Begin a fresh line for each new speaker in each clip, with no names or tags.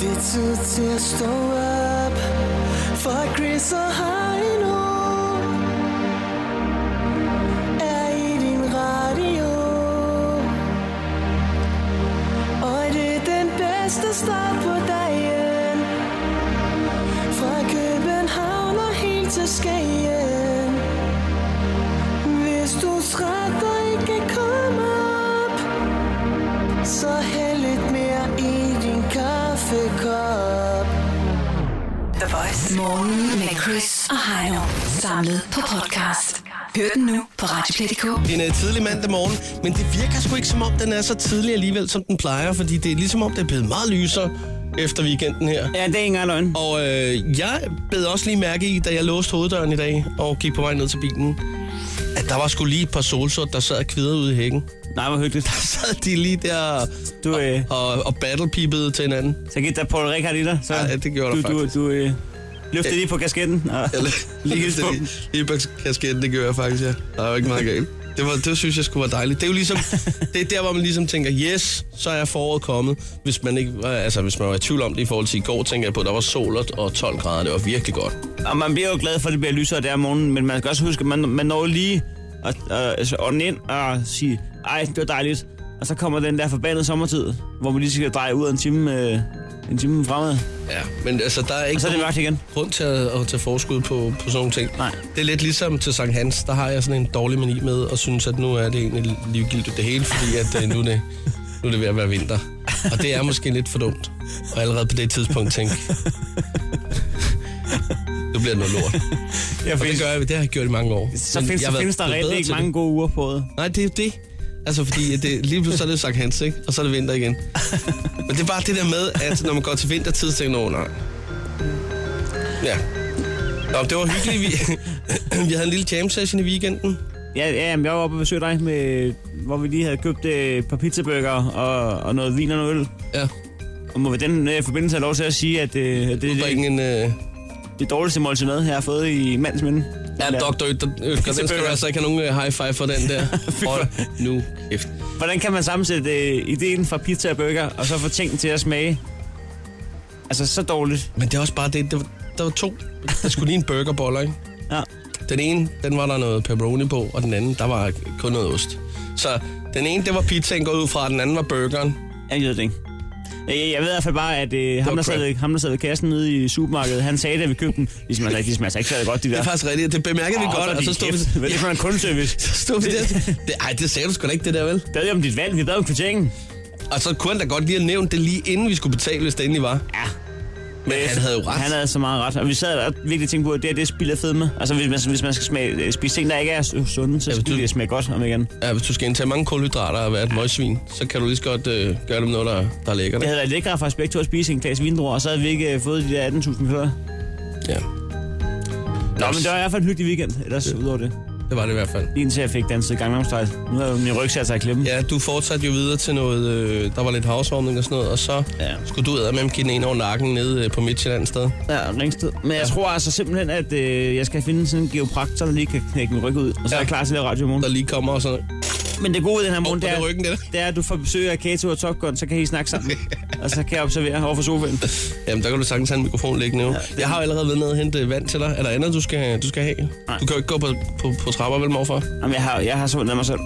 altid til at stå op For Chris og Heino Er i din radio Og det er den bedste start på dagen Fra København og helt til Skagen Hvis du er træt og ikke kan komme op Så hæld lidt mere i din kaffekop
The Voice. Morgen med Chris og Heino. Samlet på podcast. Hør den nu på Radioplay.dk.
en uh, tidlig mandag morgen, men det virker sgu ikke som om, den er så tidlig alligevel, som den plejer, fordi det er ligesom om, det er blevet meget lysere efter weekenden her.
Ja, det er ikke engang løgn.
Og øh, jeg bed også lige mærke i, da jeg låste hoveddøren i dag og gik på vej ned til bilen, at der var sgu lige et par solsort, der sad og kvidrede ude i hækken.
Nej, hvor hyggeligt.
Sad de lige der
Du, øh,
og, og battlepipede til hinanden.
så gik der Paul Ricard i dig. Så
Ja, det gjorde
du,
der
du,
faktisk.
du, øh, løftede lige på kasketten. Og, lige hilse på dem.
Lige på kasketten, det gør jeg faktisk, ja. Der er jo ikke meget galt. Det, var, det synes jeg skulle være dejligt. Det er jo ligesom, det er der, hvor man ligesom tænker, yes, så er foråret kommet. Hvis man, ikke, var- altså, hvis man var i tvivl om det i forhold til i går, tænker jeg på, at der var sol og- og 12 grader. Det var virkelig godt.
og man bliver jo glad for, at det bliver lysere der om morgenen, men man skal også huske, at man, man når lige at, at, altså, ånden ind og sige, ej, det var dejligt. Og så kommer den der forbandede sommertid, hvor man lige skal dreje ud en time, øh, en time fremad.
Ja, men altså, der er ikke
Og så er det mørkt igen.
grund til at, at tage forskud på, på sådan nogle ting.
Nej.
Det er lidt ligesom til Sankt Hans, der har jeg sådan en dårlig meni med, og synes, at nu er det egentlig livgildt det hele, fordi at, øh, nu, er det, nu er det ved at være vinter. Og det er måske lidt for dumt. Og allerede på det tidspunkt tænke, nu bliver det noget lort.
Jeg
Og det, gør jeg, det har jeg gjort i mange år.
så
Men
findes,
jeg
så
har været
findes der
blevet
reelt
bedre
ikke
til
mange
det.
gode uger på året.
Nej, det er jo det. Altså, fordi at det, lige pludselig så er det jo Sankt Hans, ikke? Og så er det vinter igen. Men det er bare det der med, at når man går til vintertid, så tænker man, "Åh, nej. Ja. Nå, det var hyggeligt. Vi, vi havde en lille jam session i weekenden.
Ja, ja jamen, jeg var oppe og besøgte dig, med, hvor vi lige havde købt øh, et par pizzabøger og, og noget vin og noget øl.
Ja,
Og må ved den øh, forbindelse have lov til at sige, at øh, at det er det,
bringe en... Øh,
det dårligste måltid mad, jeg har fået i mands minde.
ja, Dr. Øtker, den skal du altså ikke have nogen øh, high five for, den der. Hold nu kæft.
Hvordan kan man sammensætte øh, ideen fra pizza og burger, og så få ting til at smage? Altså, så dårligt.
Men det er også bare det, det var, der var to. Der skulle lige en burgerboller, ikke?
Ja.
Den ene, den var der noget pepperoni på, og den anden, der var kun noget ost. Så den ene, det var pizzaen gået ud fra, og den anden var burgeren.
Jeg ved det ikke. Jeg, jeg ved i hvert fald bare, at øh, ham,
var
der sad,
crap.
ved- ham, der sad ved kassen nede i supermarkedet, han sagde, da vi købte dem, de smager, ikke- de smager ikke særlig godt, de der.
Det er faktisk rigtigt, det bemærkede vi
Åh,
godt,
for
og så
din
stod vi,
kæft. Hvad er det for en kundeservice?
så stod vi der. Det, ej, det sagde du sgu da ikke, det der, vel?
Bad jeg om dit valg, vi bad om kvitteringen.
Og så kunne han da godt lige have nævnt det lige inden vi skulle betale, hvis det endelig var.
Ja.
Men han havde jo ret.
altså, Han havde så meget ret. Og vi sad og virkelig tænkte på, at det her det er spild af fedme. Altså hvis man, hvis man skal smage, øh, spise ting, der ikke er su- sunde, så
Ja,
skal
du-
det smage godt om igen.
Ja, hvis du skal indtage mange kulhydrater og være et møgsvin, så kan du lige så godt øh, gøre dem noget, der, der er lækkert.
Det
ikke?
havde været lækkert for os begge to at spise en glas vindruer, og så havde vi ikke øh, fået de der 18.000 før.
Ja.
Nå, men det var i hvert fald en hyggelig weekend, ellers ja. udover det.
det var det i hvert fald.
Lige indtil jeg fik danset Gangnam Style. Nu har min ryg sat sig i klemmen. Ja.
Ja, du fortsatte jo videre til noget, øh, der var lidt housewarming og sådan noget, og så
Ja.
ja. skulle du eddermem give den ene over nakken nede øh, på Midtjylland sted.
ja, ringsted. Men jeg tror altså simpelthen, at øh, jeg skal finde sådan en geopraktor, der lige kan knække min ryg ud, og så
Ja.
er jeg klar til at lave radio i morgen.
Der lige kommer og sådan
Men det gode ved den her
oh,
morgen,
det er ryggen der.
det er, at du får besøg af Kato og Top Gun, så kan I snakke sammen. og så kan jeg observere over for sofaen.
Jamen, der kan du sagtens have en mikrofon liggende nu. Ja,
det-
jeg har jo allerede været nede og hente øh, vand til dig. Er der andet, du skal, du skal have? Nej. Du kan jo ikke gå på, på, på trapper, vel, morfar?
Jamen, jeg har, jeg har sundt af mig selv.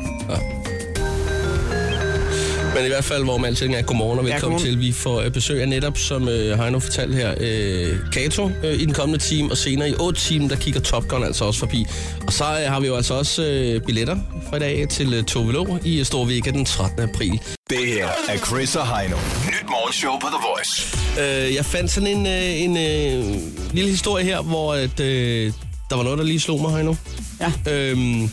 Men i hvert fald, hvor man altid er godmorgen og
Ja,
velkommen ja,
godmorgen.
til. Vi får øh, besøg af netop, som øh, Heino fortalte her, øh, Kato øh, i den kommende time, og senere i 8 timen, der kigger Top Gun altså også forbi. Og så øh, har vi jo altså også øh, billetter fra i dag til øh, Tove Lo i øh, Store Vega den 13. april.
Det her er Chris og Heino. Nyt morgenshow på The Voice.
Øh, jeg fandt sådan en, øh, en øh, lille historie her, hvor at, øh, der var noget, der lige slog mig her nu.
Ja.
Øhm,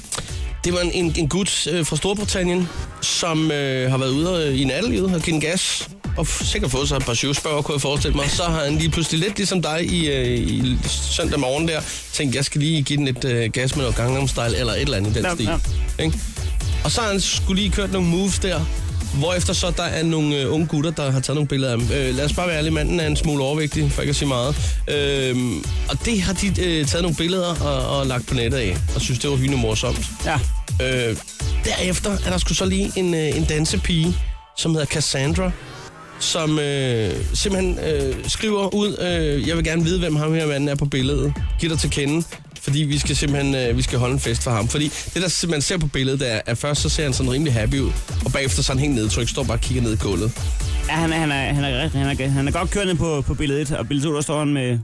det var en, en, en gut øh, fra Storbritannien, som øh, har været ude øh, i nattelivet og givet den gas, og f- sikkert fået sig et par syvspørger, kunne jeg forestille mig. Så har han lige pludselig lidt ligesom dig i, øh, i søndag morgen der, tænkt, jeg skal lige give den lidt øh, gas med noget Gangnam Style eller et eller andet i den
Ja,
stil.
ja.
Ikke? Og så har han skulle lige kørt nogle moves der, hvorefter så der er nogle øh, unge gutter, der har taget nogle billeder af ham. Øh, lad os bare være ærlige, manden er en smule overvægtig, for ikke at sige meget. Øh, og det har de øh, taget nogle billeder og, og lagt på nettet af, og synes, det var hyggelig morsomt.
Ja.
Øh, derefter er der sgu så lige en, øh, en dansepige, som hedder Cassandra, som øh, simpelthen øh, skriver ud, øh, jeg vil gerne vide, hvem ham her manden er på billedet. Giv dig til kende, fordi vi skal simpelthen øh, vi skal holde en fest for ham. Fordi det, der man ser på billedet, det er, at først så ser han sådan rimelig happy ud, og bagefter så er han helt nedtrykt, står bare og kigger ned i gulvet.
Ja, han er, han er, han er, rigtig- han er, han er godt kørende på, på billede 1, og billede 2, der står han med,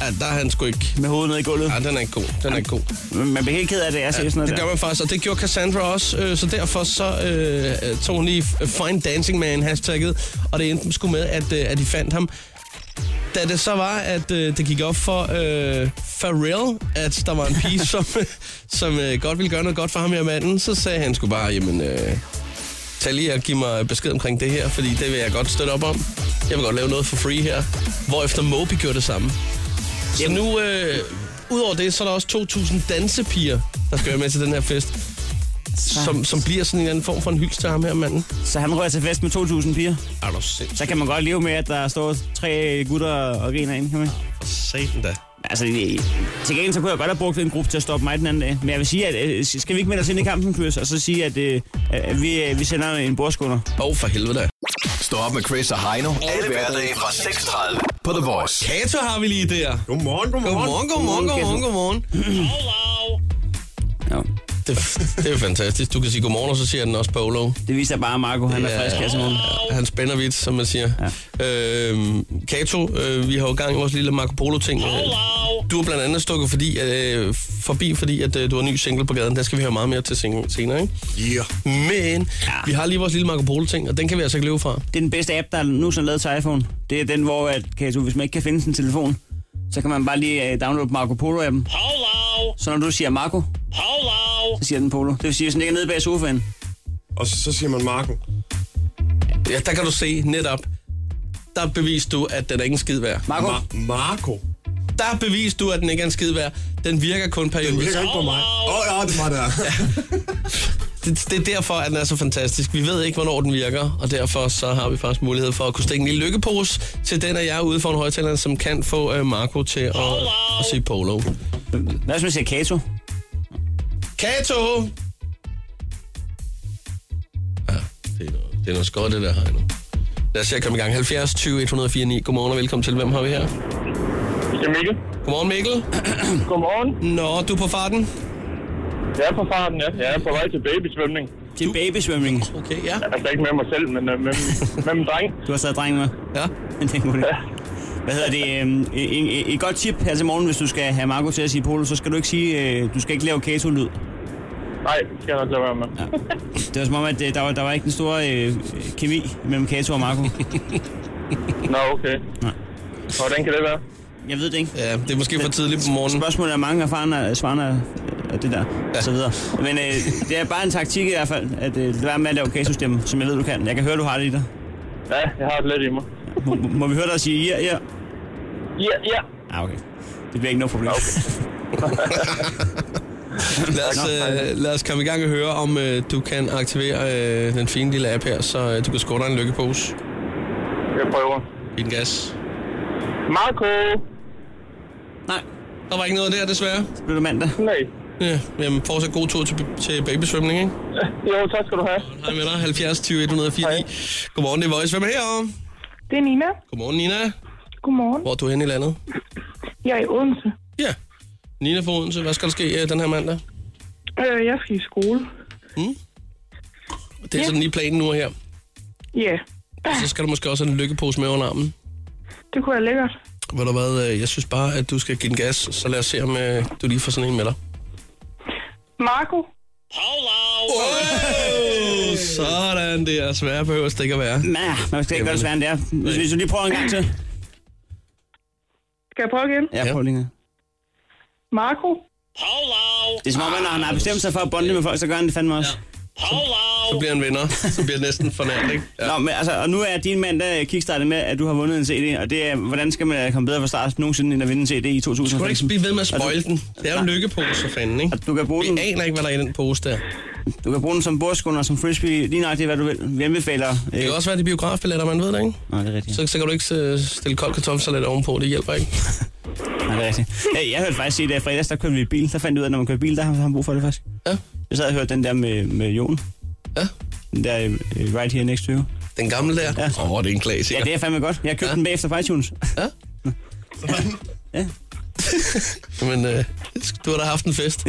Ja, der er han sgu ikke...
med hovedet ned i gulvet.
Ja, den er ikke god. Den er ikke god.
Man, man bliver helt ked af det, jeg ser sådan noget
Det gør
der.
man faktisk, og det gjorde Cassandra også, øh, så derfor så øh, øh, tog hun lige Find Dancing Man hashtagget, og det endte sgu med, at, øh, at de fandt ham. Da det så var, at øh, det gik op for øh, Pharrell, at der var en pige, som, som øh, godt ville gøre noget godt for ham her manden, så sagde han sgu bare, jamen, øh, tag lige og giv mig besked omkring det her, fordi det vil jeg godt støtte op om. Jeg vil godt lave noget for free her. Hvorefter Moby gjorde det samme. Så Jamen. nu, øh, udover det, så er der også 2.000 dansepiger, der skal være med til den her fest. Som, som bliver sådan en eller anden form for en hyldest til ham her manden.
Så han rører til fest med 2.000 piger.
Er du sindssygt?
Så kan man godt leve med, at der står tre gutter og griner ind, kan man?
Satan da.
Altså, i- til gengæld så kunne jeg godt have brugt en gruppe til at stoppe mig den anden dag. Men jeg vil sige, at øh, skal vi ikke melde os ind i kampen, Chris, og så sige, at, øh, at vi, øh, vi sender en bordskunder?
Åh, oh, for helvede da.
Stå op med Chris og Heino. Alle hverdage fra 6.30 på The Voice.
Kato har vi lige der.
Godmorgen, godmorgen.
Godmorgen, godmorgen, godmorgen, godmorgen.
Ja.
Det, det er jo fantastisk. Du kan sige godmorgen, og så siger den også Polo.
Det viser bare, at Marco han er
Ja.
frisk her til morgen.
Han spænder vidt, som man siger. Ja. Øhm, Kato, øh, vi har jo gang i vores lille Marco Polo-ting. Øh, Du er blandt andet stukket fordi, øh, forbi, fordi at, øh, du har en ny single på gaden. Der skal vi høre meget mere til sen- senere, ikke?
Ja.
Men ja.
Ja.
vi har lige vores lille Marco Polo-ting, og den kan vi altså ikke leve fra.
Det er den bedste app, der nu er lavet til iPhone. Det er den, hvor at, Kato, hvis man ikke kan finde sin telefon, så kan man bare lige øh, downloade Marco Polo-appen. Polo! Så når du siger Marco, Polo! så siger den Polo. Det vil sige, at den ligger nede bag sofaen.
Og så, så siger man Marco.
Ja, der kan du se netop, der beviste du, at den er ikke en skid værd.
Marco,
Ma- Marco.
Der beviste du, at den ikke er en skid værd. Den virker kun
Du
periodisk.
virker ikke på mig. Åh, oh, ja, det var der.
Det, det er derfor, at den er så fantastisk. Vi ved ikke, hvornår den virker, og derfor så har vi faktisk mulighed for at kunne stikke en lille lykkepose til den af jer ude for en højtaler, som kan få øh, Marco til at, at sige polo.
hvad hvis man siger Kato?
Kato! Ja, det er noget, det er noget skot, det der her nu. Lad os se at komme i gang. 70 20 104 9. Godmorgen og velkommen til. Hvem har vi her?
Det er Mikkel.
Godmorgen Mikkel.
Godmorgen.
Nå, du er på farten?
Jeg er på farten, ja. Jeg er på vej til babysvømning.
Til babysvømning.
Okay, ja.
Altså ikke med mig selv, men øh, med, med min dreng.
Du har taget drengen med.
ja.
Men det er en god idé. Hvad hedder det? øhm, Et, et, et godt tip her til morgen, hvis du skal have Marco til at sige polo, så skal du ikke sige, øh, du skal ikke lave kato-lyd.
Nej, det skal jeg nok lade være med.
Det var som om, at øh, der var, der var ikke den store øh, kemi mellem Kato og Marco.
Nå, okay. Hvordan kan det være?
Jeg ved det ikke.
Ja, det er måske for tidligt på morgenen.
Spørgsmålet er mange erfarne svarene er- er det der, ja. og så videre. Men øh, det er bare en taktik i hvert fald, at øh, det er med at lave Kato-stemme, som jeg ved, du kan. Jeg kan høre, du har det i dig.
Ja, jeg har det lidt i mig.
Må, må vi høre dig sige ja, ja?
Ja, ja.
Ah, okay. Det bliver ikke noget problem.
Lad os, øh, lad os komme i gang og høre, om øh, du kan aktivere øh, den fine lille app her, så øh, du kan score dig en lykkepose.
Jeg prøver.
Giv den gas.
Marco!
Nej,
Der var ikke noget der, desværre.
så bliver det mandag.
Nej.
Ja, jamen, fortsat god tur til, til babysvømning, ikke?
Jo, tak skal du have.
Hej med dig, 70 20 104. Hej. Godmorgen, det er Voice. Hvem er her?
Det er Nina.
Godmorgen, Nina.
Godmorgen.
Hvor er du henne i landet?
Jeg er i Odense.
Ja. Nina fra Odense, hvad skal der ske øh, den her mandag?
Øh, jeg skal i skole.
Det er sådan lige planen nu og her.
Ja,
Så skal du måske også have en lykkepose med under armen.
det kunne være lækkert.
Ved du hvad, øh, jeg synes bare, at du skal give den gas, så lad os se, om øh, du lige får sådan en med dig.
Marco,
Oh, sådan der. Svære behøver det ikke at være.
Nej, man skal ikke gøre det sværere end det er. Hvis, hvis du lige prøver en gang til.
skal jeg prøve igen?
Ja,
Ja.
prøv lige en gang.
Marco,
Det er som om, at når han har bestemt sig for at bonde med folk, så gør han det fandme også.
Så bliver han vinder. Så bliver det næsten fornært, ikke? Ja.
Nå, men altså, og nu er din mand der kickstartet med, at du har vundet en CD, og det er, hvordan skal man øh, komme bedre fra start nogensinde, end at vinde en CD i
Du kan ikke
2015?
blive ved med at spoil den. Det er jo en lykkepose for fanden, ikke?
Du kan bruge
Vi
den,
aner ikke, hvad der er i den pose der.
du kan bruge den som bordskunder, som frisbee, lige nøjagtigt, hvad du vil. Vi anbefaler... Øh,
Det kan også være, det er biografbilletter, man ved det, ikke?
Nå, det er rigtigt.
Så, så kan du ikke øh, stille kold kartoffelsalat ovenpå, det hjælper ikke.
Nå, det er rigtigt. Jeg, jeg hørte faktisk sige, at i fredags, der kørte vi i bil. Der fandt jeg ud af, at når man kører i bil, der har har man brug for det faktisk.
Ja.
Jeg sad og hørte den der med, med Jon.
Ja.
Den der øh, Right Here Next to You.
Den gamle der?
Ja.
Åh, oh, det er en klassiker.
Ja, det er fandme godt. Jeg købte
Ja.
ja. den bagefter på iTunes.
Ja? Men øh, du har da haft en fest.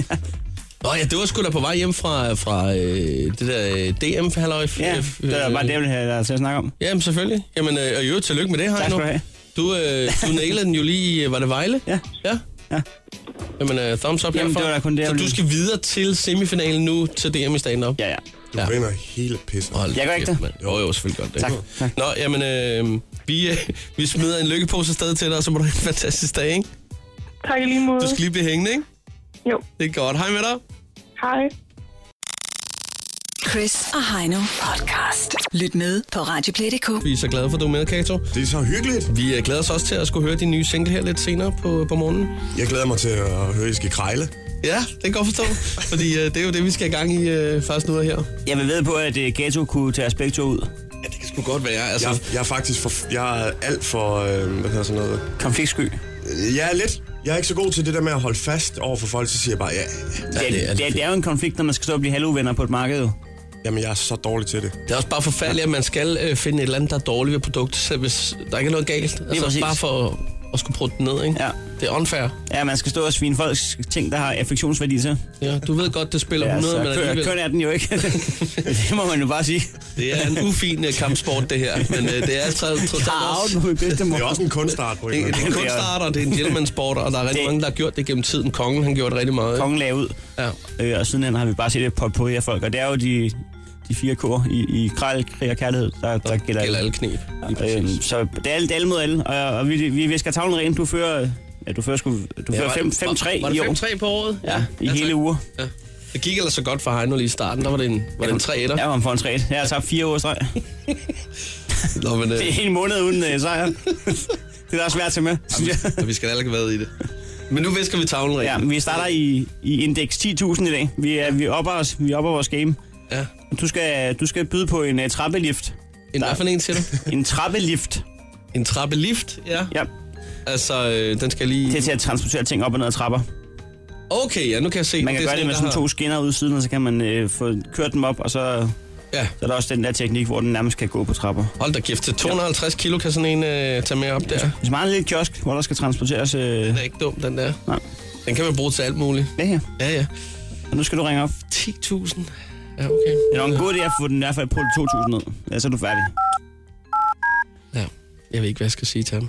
Nå ja, det var sgu da på vej hjem fra, fra øh, det der øh, dm halløj
Ja, det er bare
øh,
det, jeg ville have dig til at snakke om.
Jamen selvfølgelig. Jamen, øh, og i øvrigt, tillykke med det, Heino.
skal du have.
Du, øh, du nailede den jo lige, i, øh, var det Vejle?
Ja.
Ja?
Ja.
Jamen, øh, thumbs up
Jamen,
herfra.
det var da kun det, jeg
Så du
ville-
skal videre til semifinalen nu til DM i stand-up?
Ja, ja.
Du
Ja.
vinder hele pissen.
Hold
Jeg gør
kæft,
ikke det.
mand. Jo, jo, selvfølgelig godt det.
Tak, tak.
Nå, jamen, øh, vi, øh, vi smider en lykkepose afsted til dig, og så må du have en fantastisk dag, ikke?
Tak i lige måde.
Du skal lige blive hængende, ikke?
Jo,
Det er godt. Hej med dig.
hej.
Chris og Heino podcast. Lyt med på Radioplay.dk.
Vi er så glade for, at du er med, Kato.
Det er så hyggeligt.
Vi øh, glæder os også til at skulle høre din nye single her lidt senere på, på morgenen.
Jeg glæder mig til at høre, at I skal krejle.
Ja, det kan jeg godt forstå, fordi øh, det er jo det, vi skal i gang i øh, først nu og her.
Jeg vil ved på, at øh, Gato kunne tage os begge to ud.
Ja, det kan sgu godt være. Altså,
Jeg, jeg er faktisk for, jeg er alt for, øh, hvad hedder sådan noget,
Konfliktsky. Ja,
jeg er lidt, jeg er ikke så god til det der med at holde fast over for folk, så siger jeg bare, ja,
det,
det er-
det, er, det, er, jo en konflikt, når man skal stå og blive halvuvenner på et marked. Jo.
jamen jeg er så dårlig til det.
det er også bare forfærdeligt, at man skal øh, finde et eller andet, der er dårligt ved produktet, selv hvis der ikke er noget galt. Altså,
præcis.
bare for at, at skulle prøve det ned, ikke?
Ja.
Det er unfair.
Ja, man skal stå og svine folks ting, der har affektionsværdi til.
Ja, du ved godt, det spiller
Ja,
100,
så
men
køn,
alligevel...
køn er den jo ikke. det må man jo bare sige.
Det er en ufin øh, kampsport, det her, men øh, det er altså trods alt
Arvet
også...
på min bedste mor.
Det er også en kunstart på en
Det,
eller
det
anden
er
måde.
en kunstart, og det er en gentleman-sport, og der er rigtig
Det-
mange, der har gjort det gennem tiden. Kongen, han gjorde det rigtig meget. ikke?
Kongen lagde ud.
Ja.
Øh, og sidenhen har vi bare set et pot på af folk. Og det er jo de, de fire kår i, i kral, krig og kærlighed, der, der gælder.
Gælder alle knep. Lige
Øhm,
præcis.
så det er alle, det er alle mod alle, og, og vi, vi visker tavlen ren. Du fører, ja, du fører, sgu, du
Ja,
fører
var det-
5-3
var- Var
i
det
år.
5-3 på året?
Ja, i
tak.
hele uger.
Ja. Det gik ellers så godt for Heino lige i starten. Der var det en, var det en 3 etter.
Jeg var for en træt. Jeg har tabt fire uger i streg.
Nå, men, øh,
Det er en måned uden øh, sejr. Det er da svært at tage med, synes jeg.
og vi skal alle ikke været i det. Men nu visker vi tavlen
Ja,
ja.
men vi starter i, i indeks 10.000 i dag. Vi, er, vi, opper os, vi opper vores game.
ja.
Du skal, du skal byde på en uh, trappelift.
En hvad for en, siger du?
En trappelift.
En trappelift, ja.
Ja,
Altså, øh, den skal lige...
det er til at transportere ting op og ned ad trapper.
Okay, ja, nu kan jeg se.
Man kan
er
gøre det med
en,
sådan
der
to skinner ude i siden, og så kan man øh, få kørt dem op, og så,
har- Ja,
så er der også den der teknik, hvor den nærmest kan gå på trapper.
hold da kæft. Til 250 kilo kan sådan en øh, tage med op der. Det
Hvis man har en lille kiosk, hvor der skal transporteres øh,
er ikke dumt, den der.
Nej.
Den kan man bruge til alt muligt.
det her,
Ja, ja.
og nu skal du ringe op.
10.000. Ja, okay.
Det er nok en god idé at få den i hvert fald på 2.000 ned. Ja, så er du færdig.
Ja. Jeg ved ikke, hvad jeg skal sige til ham.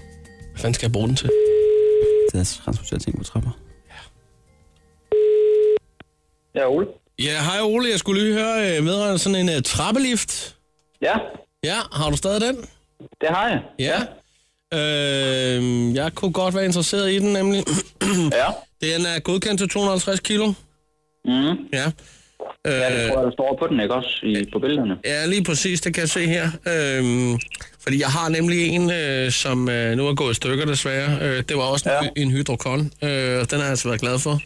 Hvad fanden skal jeg bruge den til?
Det er at transportere ting på trapper.
Ja, Ole.
Ja, hej Ole. Jeg skulle lige høre øh, vedrørende sådan en øh, trappelift.
Ja,
Ja, har du stadig den?
det har jeg.
Ja. Øh, jeg kunne godt være interesseret i den, nemlig.
Ja.
Den er øh, godkendt til 250 kilo.
Mm.
Ja.
Ja, det
Øh,
tror jeg, der står på den, ikke også? I, på billederne.
ja, lige præcis, det kan jeg se her. Øh, fordi jeg har nemlig en, øh, som øh, nu er gået i stykker desværre. Øh, det var også ja.
Ja.
en, hy- en hydrokon, øh, og den har jeg altså været glad for.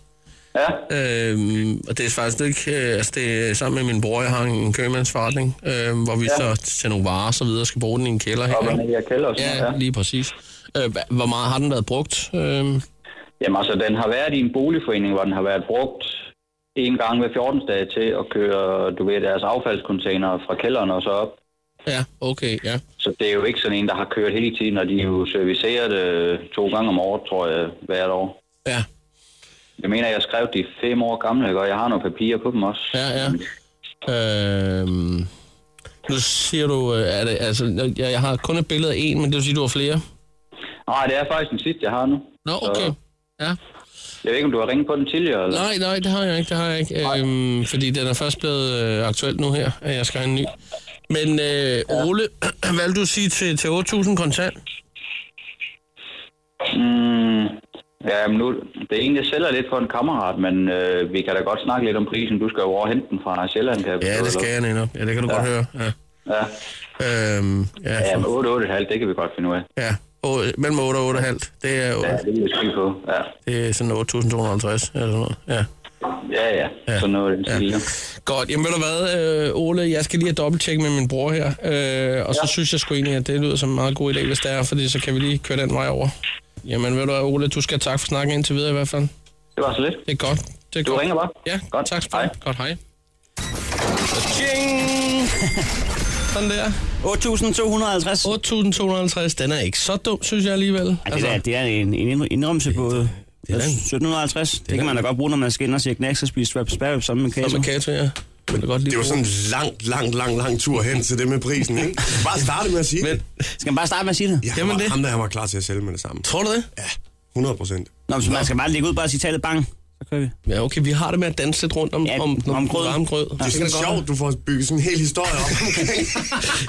Ja,
Øhm, og det er faktisk ikke... Øh, altså, det er sammen med min bror, jeg har en købmandsforretning, øh, hvor vi ja.
Ja.
så til nogle varer og så videre skal bruge den i en kælder her.
og man i kælder og sådan
Ja,
noget. Ja.
lige præcis. Øh, hva- hvor meget har den været brugt? Øh,
Jamen altså, den har været i en boligforening, hvor den har været brugt en gang hver 14. dag til at køre, du ved, deres affaldscontainer fra kælderen og så op.
ja, okay, ja.
Så det er jo ikke sådan en, der har kørt hele tiden, og de er jo serviceret øh, to gange om året, tror jeg, hvert år.
Ja,
Jeg mener, jeg skrev de er fem år gamle, ikke? og jeg har nogle papirer på dem også.
ja, ja. Øh, nu siger du... øh, Er det, altså, jeg, jeg har kun et billede af en, men det vil sige, du har flere?
Nej, det er faktisk den sidste, jeg har nu.
Nå, okay.
Så-
Ja.
Jeg ved ikke, om du har ringet på den tidligere, eller?
Nej, nej, det har jeg ikke, det har jeg ikke. Øhm, fordi den er først blevet øh, aktuel nu her, at jeg skal have en ny. Men øh, Ole, hvad vil du sige til, til 8.000 kontant?
Mm, ja, men nu, det er en, jeg sælger lidt for en kammerat, men øh, vi kan da godt snakke lidt om prisen. Du skal jo over og hente den fra Sjælland, kan jeg
Ja,
forstå,
det skal
eller?
jeg netop. Ja, det kan du ja. godt høre. Ja.
Ja,
Øhm, ja,
ja
for,
men 8, 8,5, det kan vi godt finde ud af.
ja. Og, mellem 8 og 8,5. Det er, jo-
Ja, det vil jeg skrive på. Ja,
det er sådan 8.250 eller sådan noget. Ja.
ja, ja.
Ja.
ja. sådan noget. den stil, Ja.
Godt. Jamen ved du hvad, øh, Ole, jeg skal lige have dobbelttjek med min bror her. Øh, og ja. så synes jeg sgu egentlig, at det lyder som en meget god idé, hvis det er, fordi så kan vi lige køre den vej over. Jamen ved du hvad, Ole, du skal tak for snakken indtil videre i hvert fald.
Det var så lidt.
Det er godt. Det er
Du
godt.
ringer bare.
Ja,
Godt.
tak skal du have.
Hej.
Godt, hej. Så tjing! Sådan der.
8.250.
8.250, den er ikke så dum, synes jeg alligevel.
Ja, det, der, det er en, en indrømmelse på øh,
er da en-
1750. Det,
da
kan man da godt bruge, når man skal ind og se knæks og spise spare spare ribs sammen med
Som
kato.
en kato, ja. Men det, godt lige
Det var sådan en lang, lang, lang, lang tur hen til det med prisen, ikke? Bare starte med at sige
Men,
det.
Skal man bare starte med at sige det?
Ja,
Jamen
Jamen
det.
det. Ham der, han var klar til at sælge med det samme.
tror du det?
Ja, 100 procent.
Nå, men så man skal bare lægge ud bare sige tallet bang. Så kører vi.
Ja, okay, vi har det med at danse lidt rundt om,
Ja,
om, om, om
om grød.
varm grød.
Det er sådan sjovt, du får bygget sådan en hel historie op omkring.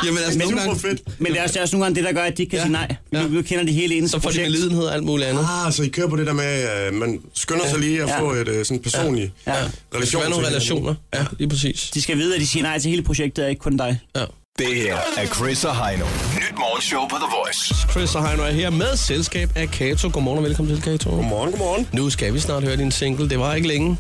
Jamen altså, nogle
Super
gange,
fedt.
Men det er også, det er også nogle gange det, der gør, at de ikke kan
Ja.
ja. sige nej.
Ja.
Ja. Nu, nu kender de hele ens
så får de
projekt.
lidenhed og alt muligt andet.
Ah, så I kører på det der med, at man skynder sig lige at
Ja.
få et øh, sådan personligt
Ja. Ja.
Der skal
relation.
være nogle
til hinanden.
relationer. Ja, lige præcis.
De skal vide, at de siger nej til hele projektet, og ikke kun dig.
Ja.
Det her er Chris og Heino. Nyt morgenshow på The Voice.
Chris og Heino er her med selskab af Kato. Godmorgen og velkommen til, Kato.
Godmorgen, godmorgen.
Nu skal vi snart høre din single. Det var ikke længe.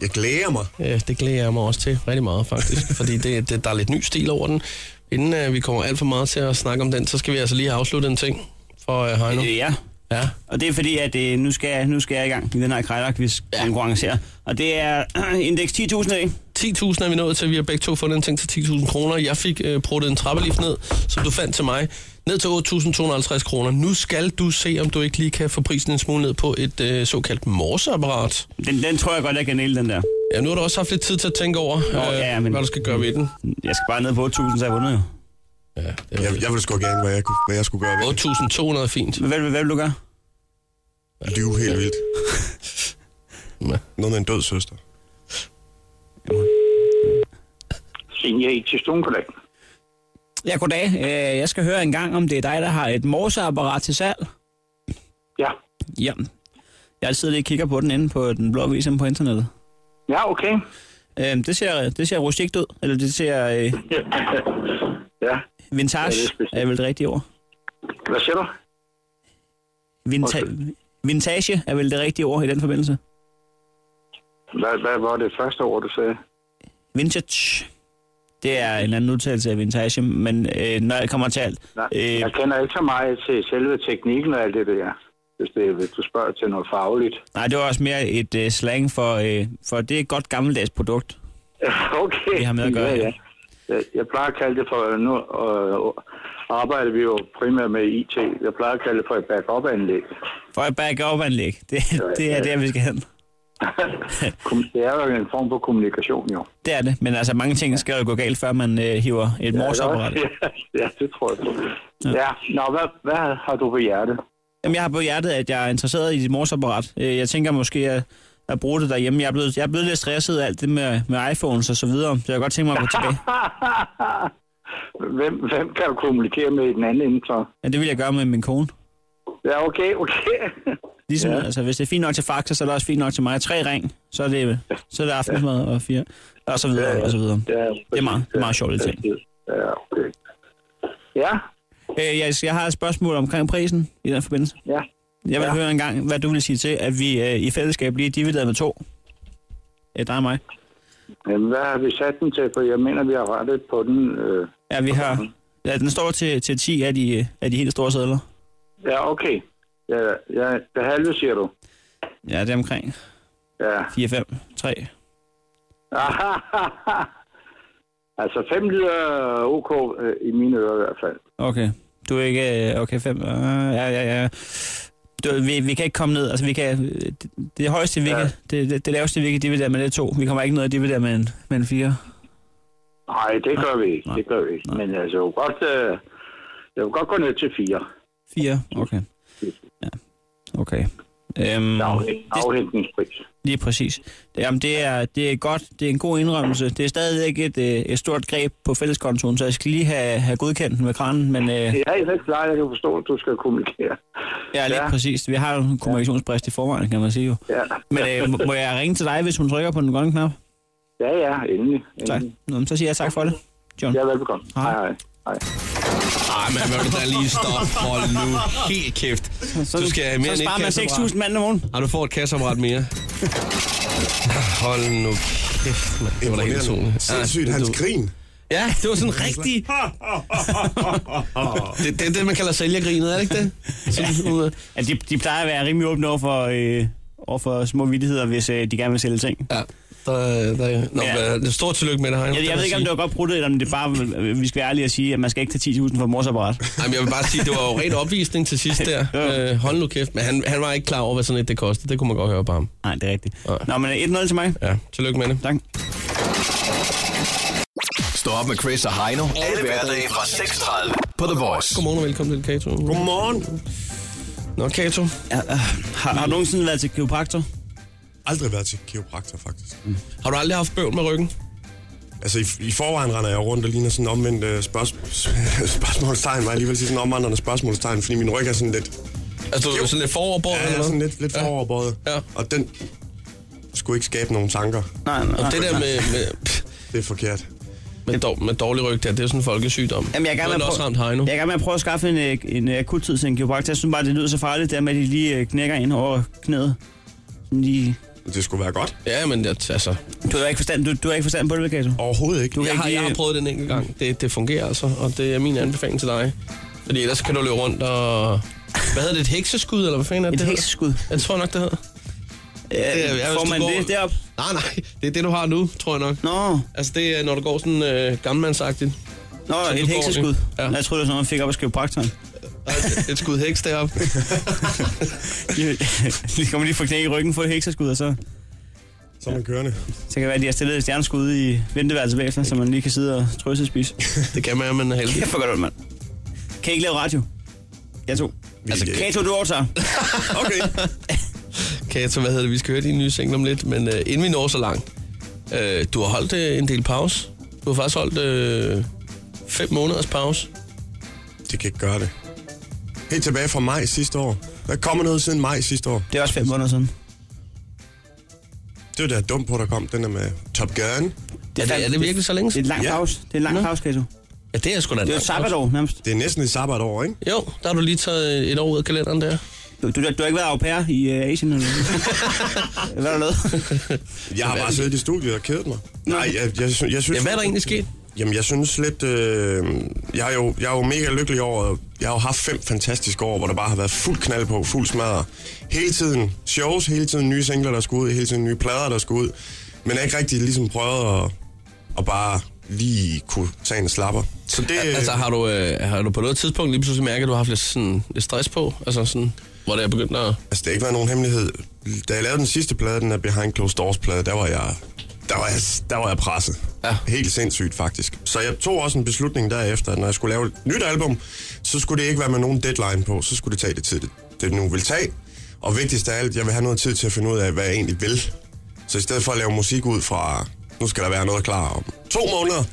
Jeg glæder mig.
Ja, det glæder jeg mig også til rigtig meget, faktisk. fordi det, det, der er lidt ny stil over den. Inden uh, vi kommer alt for meget til at snakke om den, så skal vi altså lige have afsluttet en ting for uh, Heino.
Øh, ja.
Ja.
Og det er fordi, at øh, nu, skal jeg, nu skal jeg i gang i den her krejlerquiz konkurrence her. Og det er indeks 10.000 af.
10.000 er vi nået til. Vi har begge to fundet en ting til 10.000 kroner. Jeg fik øh, pruttet en trappelift ned, som du fandt til mig. Ned til 8.250 kroner. Nu skal du se, om du ikke lige kan få prisen en smule ned på et øh, såkaldt morseapparat.
Den, den tror jeg godt, jeg kan næle, den der.
Ja, nu har du også haft lidt tid til at tænke over, øh,
ja, men-
hvad du skal gøre ved den.
Jeg skal bare ned på 8.000, så jeg vundet jo.
Ja, det
Jeg,
er
jeg ville sgu gerne, hvad jeg, kunne, hvad jeg skulle gøre ved det.
8.200 er fint.
Hvad, hvad, hvad vil du gøre?
Lyve helt vildt.
Ja.
Noget med en død søster.
Senior ikke til Stunkolag.
Ja, goddag. Øh, Jeg skal høre en gang, om det er dig, der har et morseapparat til salg.
Ja.
Ja. Jeg sidder lige og kigger på den inde på den blå avis inde på internettet.
Ja, okay.
Øh, Det ser, det ser rustikt ud, eller det ser øh,
ja.
vintage,
Ja, det er specielt.
er vel det rigtige ord.
Hvad siger du?
Vinta- vintage er vel det rigtige ord i den forbindelse.
Hvad, hvad var det første ord, du sagde?
Vintage. Det er en anden udtalelse af vintage, men øh, når jeg kommer til alt...
Nej, øh...
Øh,
jeg kender ikke så meget til selve teknikken og alt det der. Hvis, det, hvis du spørger til noget fagligt.
nej, det var også mere et øh, slang for, øh, for det er et godt gammeldags produkt.
Okay.
Vi har med at gøre,
ja,
ja.
ja. Jeg, jeg plejer at kalde det for, nu øh, arbejder vi jo primært med IT. Jeg plejer at kalde det for et backup-anlæg.
For at bakke op anlæg. Det, det er der, vi skal hen.
Kom- Det er jo en form for kommunikation, jo.
Det er det, men altså mange ting skal jo gå galt, før man øh, hiver et morseapparat.
Ja, ja, det tror jeg. Ja, ja. Nå, hvad, hvad har du på hjertet?
Jamen, jeg har på hjertet, at jeg er interesseret i dit morseapparat. Øh, Jeg tænker måske at, at bruge det derhjemme. Jeg er blevet, jeg er blevet lidt stresset af alt det med, med iPhones og så videre, så jeg kunne godt tænke mig at gå tilbage.
hvem, hvem kan du kommunikere med i den anden ende, så?
Ja, det vil jeg gøre med min kone.
Ja, okay, okay.
Ligesom, ja. altså, hvis det er fint nok til faxer, så er det også fint nok til mig. Tre ring, så er det, så er det aftensmad og fire, og så videre, og så videre.
Ja,
Det er meget, det er meget sjovt, det ting.
Ja, okay. Ja,
Øh, jeg, jeg har et spørgsmål omkring prisen i den forbindelse.
ja.
Jeg vil
Ja.
ja. høre en gang, hvad du vil sige til, at vi øh, i fællesskab bliver divideret med to. Øh, dig og mig.
Jamen, hvad har vi sat den til? For jeg mener, vi har rettet på den. Øh.
Ja, vi har... Ja, den står til, til 10 af de, af de helt store sædler.
Ja, okay. Ja, ja, det halve, siger du.
Ja, det er omkring
Ja.
4, 5, 3.
altså, fem lyder ok øh, i mine ører i hvert fald.
Okay. Du er ikke... øh, Okay, 5. Ja, ja, ja. Du, vi, vi kan ikke komme ned. Altså, vi kan... Det, det højeste, vi
Ja.
ja. kan, det, det, det laveste, vi kan dividere med, det er 2. Vi kommer ikke ned og dividere med en, med en 4.
Nej, det gør vi ikke.
nej,
Det gør vi ikke. Men altså, jeg vil godt, øh, jeg vil godt gå ned til fire.
4? Okay. Ja. Okay. Øhm,
Afhæng, afhængningspris.
Lige præcis. Jamen, det er, det er godt. Det er en god indrømmelse. Det er stadigvæk et, øh, et stort greb på fælleskontoen, så jeg skal lige have, have godkendt den med kranen, men øh,
Ja, jeg er helt klar, jeg kan forstå, at du skal kommunikere.
ja, lige
Ja.
præcis. Vi har jo en kommunikationsbrist i forvejen, kan man sige jo.
Ja,
Men øh, må- må jeg ringe til dig, hvis hun trykker på den grønne knap?
ja, ja endelig.
Tak.
endelig.
Nå, men så siger jeg tak for det, John.
Ja, velbekomme. Hej,
Hej.
hej. hej.
Ej, men hvad vil du da lige stoppe? Hold nu helt kæft. Du skal have mere
så
end
sparer
et
man
kasseapparat.
6.000 mand om morgenen.
Har du får et kasseapparat mere? Hold nu kæft, mand. Det var da helt personligt. Ah,
Sindssygt, hans grin.
Ja, det var sådan rigtig... det, det er det, man kalder sælgergrinet, er det ikke det? Sådan, ud af-
Ja, de, de plejer at være rimelig åbne over for, øh, over for små vittigheder, hvis øh, de gerne vil sælge ting.
ja. Der, der, nå,
Ja.
ja. Stort tillykke med det, Heino.
Jeg, jeg ved ikke, om det var godt brudt, eller om det bare, øh, vi skal være ærlige og sige, at man skal ikke tage 10.000 for mors apparat.
Jamen, jeg vil bare sige, det var jo ren opvisning til sidst der.
Ja.
øh, hold nu kæft. Men han, han var ikke klar over, hvad sådan et det kostede. Det kunne man godt høre på ham.
Nej, det er rigtigt.
Nej.
Nå, men 1-0 til mig.
Ja, tillykke med det.
Tak.
Stå op med Chris og Heino. Alle hverdage fra 6.30 på The Voice.
Godmorgen og velkommen til Kato.
Godmorgen.
Nå, Kato.
Ja, øh, har, har du nogensinde været til kiropraktor?
Aldrig været til kiropraktor, faktisk.
Har du aldrig haft bøvl med ryggen?
Altså, i, i forvejen render jeg rundt og ligner sådan en omvendt øh, spørgsmål, spørgsmålstegn, må jeg alligevel sige sådan en omvandrende spørgsmålstegn, fordi min ryg er sådan lidt,
Altså, du er
Jo.
sådan lidt foroverbord,
ja,
eller
jeg er
hvad?
sådan lidt, lidt
Ja.
foroverbøjet,
Ja.
og den skulle ikke skabe nogen tanker.
Nej, nej.
Og det der med, med,
Det er forkert.
med, dår, med dårlig ryg der, det er jo sådan en folkesygdom.
Jamen, jeg er i gang
Nu
med
den
at
også
prøve-
ramt Heino.
Jeg er i gang med at prøve at skaffe en, øh, en øh, akuttid til en kiropraktor. Jeg synes bare, det lyder så farligt, der med, at de lige øh, knækker ind over knæet. Sådan Lige.
Det skulle være godt.
Ja, men jeg, altså,
Du har ikke forstand, du, du har ikke forstand på det, vel, Kato?
Overhovedet ikke.
Du-
jeg, har,
ikke
jeg
lige-
har prøvet det en enkelt gang. Det, det fungerer altså, og det er min anbefaling til dig. Fordi ellers kan du løbe rundt og... Hvad hedder det? Et hekseskud, eller hvad fanden er det?
Et
det hedder?
hekseskud.
Jeg tror nok, det hedder.
Øh,
hvis
får
du
man
går-
det derop?
Nej, nej. Det er det, du har nu, tror jeg nok.
Nå,
Altså, det er, når du går sådan øh, gammelmandsagtigt.
Nå
Så
et
du går
hekseskud.
ordentligt. Ja.
Ja. Jeg troede, det var sådan noget, man fik op af kiropraktoren.
Et- Et skud heks deroppe.
De kommer lige få knæk i ryggen, få et hekseskud, og så,
Så er man kørende.
så kan det være, at de har stillet et stjerneskud i venteværelset bagefter, så man lige kan sidde og trøste og spise.
Det kan man, at man er heldig.
Kæft for godt, ondt, mand. Kan I ikke lave radio? Jeg to. Altså,
kan ikke.
Kato, du overtager.
Okay.
Kato, hvad hedder det? Vi skal høre din nye single om lidt, men øh, inden vi når så langt. Øh, du har holdt øh, en del pause. Du har faktisk holdt øh, fem måneders pause.
det kan ikke gøre det. Helt tilbage fra maj sidste år. Der kommer noget siden maj sidste år.
Det er også fem måneder siden.
Det var da dumt på, der kom den der med Top Gun.
Det er, det, er det virkelig så længe
Det er
siden?
en lang
Ja.
pause. Det er en lang
Nå.
pause, Kato.
Ja, det er sgu da
Det er jo et sabbatår, nærmest.
Det er næsten et sabbatår, ikke?
Jo, der har du lige taget et år ud af kalenderen der.
Du, du, du har ikke været au pair i uh, Asien eller noget? Hvad har du lavet?
Jeg har bare siddet i studiet og kædet mig. Nej, jeg, jeg, sy- jeg synes...
Ja, hvad er der egentlig sket?
Jamen, jeg synes lidt... Øh, jeg, er jo, jeg er jo mega lykkelig over... Jeg har jo haft fem fantastiske år, hvor der bare har været fuld knald på, fuld smadret. Hele tiden shows, hele tiden nye singler, der skulle ud, hele tiden nye plader, der skulle ud. Men jeg har ikke rigtig ligesom prøvet at, at bare lige kunne tage en slapper. Så det...
Altså, har du, øh, har du på noget tidspunkt lige pludselig mærket, at du har haft lidt, sådan, lidt stress på? Altså sådan, hvor det er begyndt at...
Altså, det har ikke været nogen hemmelighed. Da jeg lavede den sidste plade, den der Behind Closed Doors-plade, der var jeg, der var jeg, der var jeg presset.
Ja.
Helt sindssygt, faktisk. Så jeg tog også en beslutning derefter, at når jeg skulle lave et nyt album, så skulle det ikke være med nogen deadline på, så skulle det tage det tid, det, det nu vil tage. Og vigtigst af alt, jeg vil have noget tid til at finde ud af, hvad jeg egentlig vil. Så i stedet for at lave musik ud fra, nu skal der være noget klar om to måneder,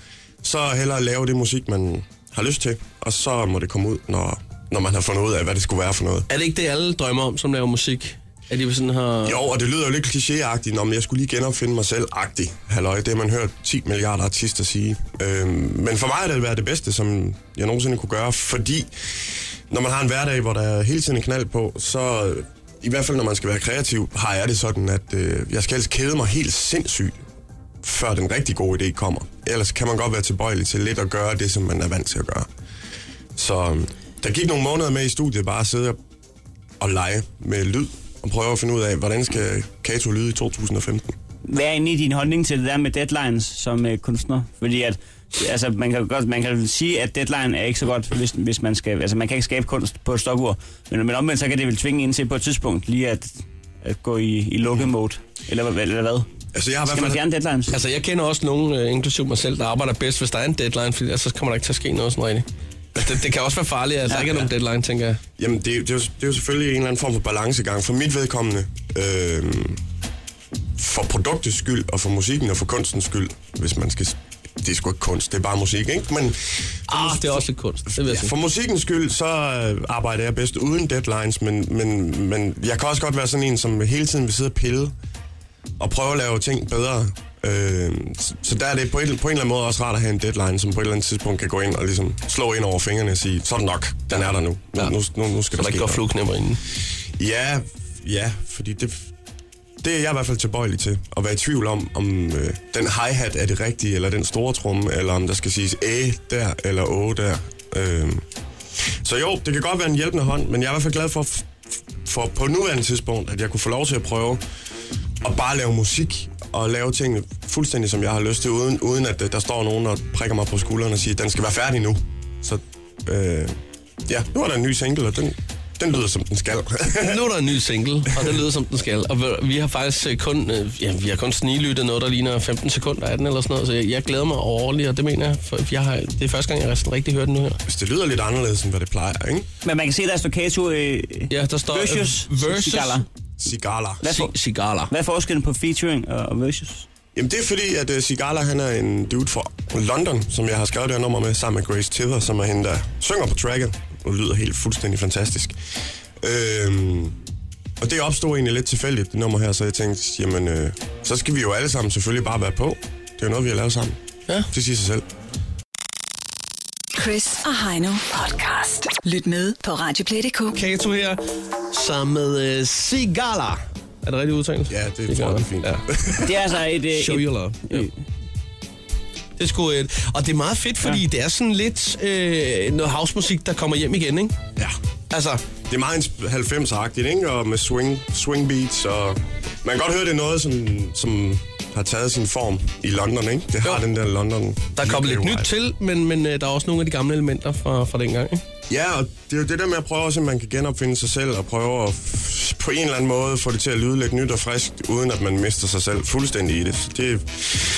så hellere lave det musik, man har lyst til, og så må det komme ud, når, når man har fundet ud af, hvad det skulle være for noget.
Er det ikke det, alle drømmer om, som laver musik? At de sådan har...
Jo, og det lyder jo lidt klichéagtigt, når jeg skulle lige genopfinde mig selv-agtig. Halløj, det har man hørt 10 milliarder artister sige. Øhm, men for mig har det været det bedste, som jeg nogensinde kunne gøre, fordi når man har en hverdag, hvor der er hele tiden er knald på, så øh, i hvert fald når man skal være kreativ, har jeg det sådan, at øh, jeg skal helst kede mig helt sindssygt, før den rigtig gode idé kommer. Ellers kan man godt være tilbøjelig til lidt at gøre det, som man er vant til at gøre. Så øhm, der gik nogle måneder med i studiet, bare at sidde og og lege med lyd og prøve at finde ud af, hvordan skal Kato lyde i 2015.
Hvad er egentlig din holdning til det der med deadlines som uh, kunstner? Fordi at, altså, man kan, godt, man kan sige, at deadline er ikke så godt, hvis, hvis man skal... Altså, man kan ikke skabe kunst på et stokur. Men, men omvendt, så kan det vel tvinge ind til på et tidspunkt lige at, at gå i, i lukkemode. Eller, hvad- eller hvad?
Altså, jeg har i hvert
Skal
fald...
man fjerne deadlines?
Altså, jeg kender også nogen, øh, inklusiv mig selv, der arbejder bedst, hvis der er en deadline, fordi ellers så kommer der ikke til at ske noget sådan rigtigt. Altså, det, det kan også være farligt, at der ikke er nogen deadline, tænker jeg.
Jamen, det, er jo- det, er jo, det er jo selvfølgelig en eller anden form for balancegang. For mit vedkommende, øh, for produktets skyld, og for musikken og for kunstens skyld, hvis man skal... s- Det er sgu ikke kunst, det er bare musik, ikke? Men
Ah, det er også lidt kunst, det vil jeg
Ja,
sige.
for musikkens skyld, så øh, arbejder jeg bedst uden deadlines, men, men, men jeg kan også godt være sådan en, som hele tiden vil sidde og pille og prøve at lave ting bedre. Øh, så- så der er det på en, på en eller anden måde også rart at have en deadline, som på et eller andet tidspunkt kan gå ind og ligesom slå ind over fingrene og sige, så er det nok, den er der nu. Nu,
Ja.
nu, nu, nu skal
Så der
ske
ikke går
noget."
flugknæpper inden.
Ja, ja, fordi det, det er jeg i hvert fald tilbøjelig til. At være i tvivl om, om øh, den hi-hat er det rigtige, eller den store tromme, eller om der skal siges æ der, eller å der. Øh. Så jo, det kan godt være en hjælpende hånd, men jeg er i hvert fald glad for, for på nuværende tidspunkt, at jeg kunne få lov til at prøve at bare lave musik, og lave tingene fuldstændig, som jeg har lyst til, uden, uden at øh, der står nogen og prikker mig på skulderen og siger, den skal være færdig nu. Så øh, ja, nu er der en ny single, og den, den lyder, som den skal.
Nu er der en ny single, og den lyder som den skal. Og vi- vi har faktisk øh, kun, øh, ja, vi har kun sniglyttet noget, der ligner 15 sekunder af den eller sådan noget. Så jeg, jeg glæder mig overligt, og det mener jeg. For jeg har, det er første gang, jeg sådan rigtig hører den nu her.
Hvis det lyder lidt anderledes, end hvad det plejer, ikke?
Men man kan se, der står Kato øh,
Ja, der står... øh,
versus,
versus
Cigala.
Cigala.
Hvad, for,
Ci- Cigala.
hvad er forskellen på featuring og og versus?
Jamen det er fordi, at øh, Cigala han er en dude fra London, som jeg har skrevet det her nummer med, sammen med Grace Tither, som er hende, der synger på tracket, og lyder helt fuldstændig fantastisk. Øhm, og det opstod egentlig lidt tilfældigt, det nummer her, så jeg tænkte, jamen, øh, så skal vi jo alle sammen selvfølgelig bare være på. Det er jo noget, vi har lavet sammen.
Ja.
Det siger sig selv.
Chris og Heino podcast. Lyt med på Radioplay.dk.
Kato her, sammen med uh, Cigala. Er det rigtigt udtalt?
Ja, det tror jeg, det er fint.
Det er altså et... øh,
Show
et
your love. Ja. Det er sgu et. Og det er meget fedt, fordi ja. det er sådan lidt øh, noget housemusik, der kommer hjem igen, ikke?
Ja.
Altså,
Det er meget 90'er-agtigt, ikke? Og med swing, swing beats, og man kan godt høre, det er noget, som, som har taget sin form i London, ikke? Det har
Jo.
jo. den der London...
Der er kommet lidt nyt til, men, men øh, der er også nogle af de gamle elementer fra, fra dengang. Ikke?
Ja, og det er jo det der med at prøve også, at man kan genopfinde sig selv, og prøve at f- på en eller anden måde få det til at lyde lidt nyt og frisk, uden at man mister sig selv fuldstændig i det. Så det, det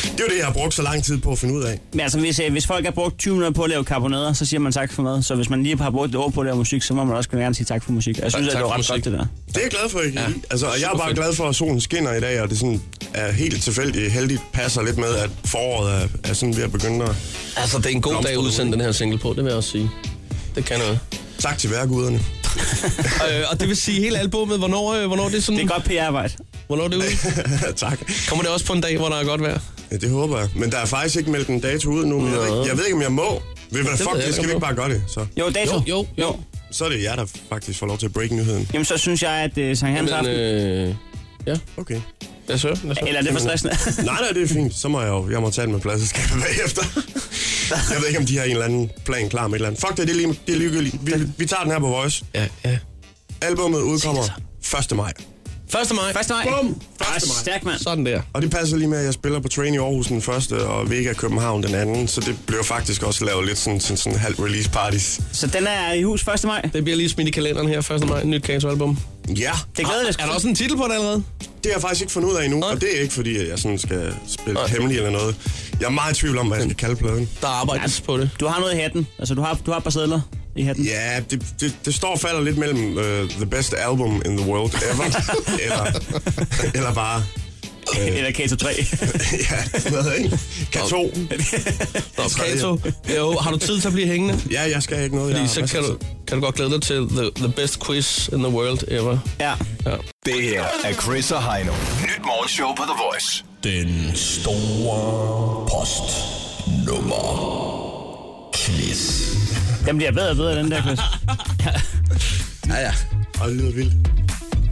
er jo det, jeg har brugt så lang tid på at finde ud af.
Men altså, hvis, øh, hvis folk har brugt 20 minutter på at lave karbonader, så siger man tak for mad. Så hvis man lige har brugt et år på at lave musik, så må man også gerne sige tak for musik. Jeg synes,
tak
at det var
for
ret
musik.
godt, det der.
Det er jeg glad for, ikke? Ja, altså, og jeg er
super
bare
fedt.
glad for, at solen skinner i dag, og det sådan er helt tilfældigt, heldigt passer lidt med, at foråret er, er sådan ved at begynde at...
Altså, det er en god dag
Blomstrede
at udsende
ud.
den her single på, det vil jeg også sige. Det kan noget.
Tak til værguderne.
øh, og det vil sige hele albummet, hvornår, øh, hvornår det er sådan...
Det er godt PR-arbejde.
Hvornår det er ude?
tak.
Kommer det også på en dag, hvor der er godt vejr?
Ja, det håber jeg. Men der er faktisk ikke meldt en dato ud nu. men Jeg, ved ikke, jeg ved ikke, om jeg må. Ved du hvad,
ved
fuck
jeg
det,
ikke, om
skal vi ikke
du
bare gøre det? Så,
Jo, dato.
Jo, jo, jo.
så er det jer, der faktisk får lov til at break nyheden.
Jamen, så synes jeg, at øh, Sankt Hans
Men,
Aften...
øh,
Okay.
lad os høre. Lad os høre.
Eller er det for stressende?
øh,
Nej, nej, det er fint. Så må jeg jo, jeg må tage den med pladselskabet bagefter. Jeg ved ikke, om de har en eller anden plan klar med et eller andet. Fuck det, det er, lige, det er ligegyldigt. Vi, vi tager den her på Voice.
Ja, ja.
Albummet udkommer 1. maj.
1. maj.
1. maj.
Bum! 1.
Ah,
maj.
stærk, mand.
Sådan der.
Og det passer lige med, at jeg spiller på Train i Aarhus den første, og Vega i København den anden. Så det blev faktisk også lavet lidt sådan, sådan, sådan halv release parties.
Så den er i hus 1. maj.
Det bliver lige smidt i kalenderen her, 1. maj, nyt Kato-album.
Ja,
Det glæder jeg
Ah, Er
sgu.
der også en titel på det allerede?
det har jeg faktisk ikke fundet ud af endnu,
Nej.
og det er ikke fordi, at jeg sådan skal spille
Nej.
hemmelig eller noget. Jeg er meget i tvivl om, hvad jeg skal kalde pladen.
Der arbejdes på det.
Du har noget i hatten. Altså, du har, du har et par sædler i hatten.
Ja, det, det, det står og falder lidt mellem uh, The Best Album in the World Ever, eller, eller bare...
Eller Kato 3.
ja, sådan noget, ikke? Kato.
Nå, Kato, jo, har du tid til at blive hængende?
Ja, jeg skal ikke noget.
Fordi
jeg
så
har masser
kan
af
du, kan du godt glæde dig til the, the best quiz in the world ever.
ja.
Ja.
Det her er Chris og Heino. Nyt morgenshow på The Voice.
Den store post nummer quiz.
Den bliver bedre og bedre, den der quiz.
Ja, ja.
tid. Og det lyder vildt.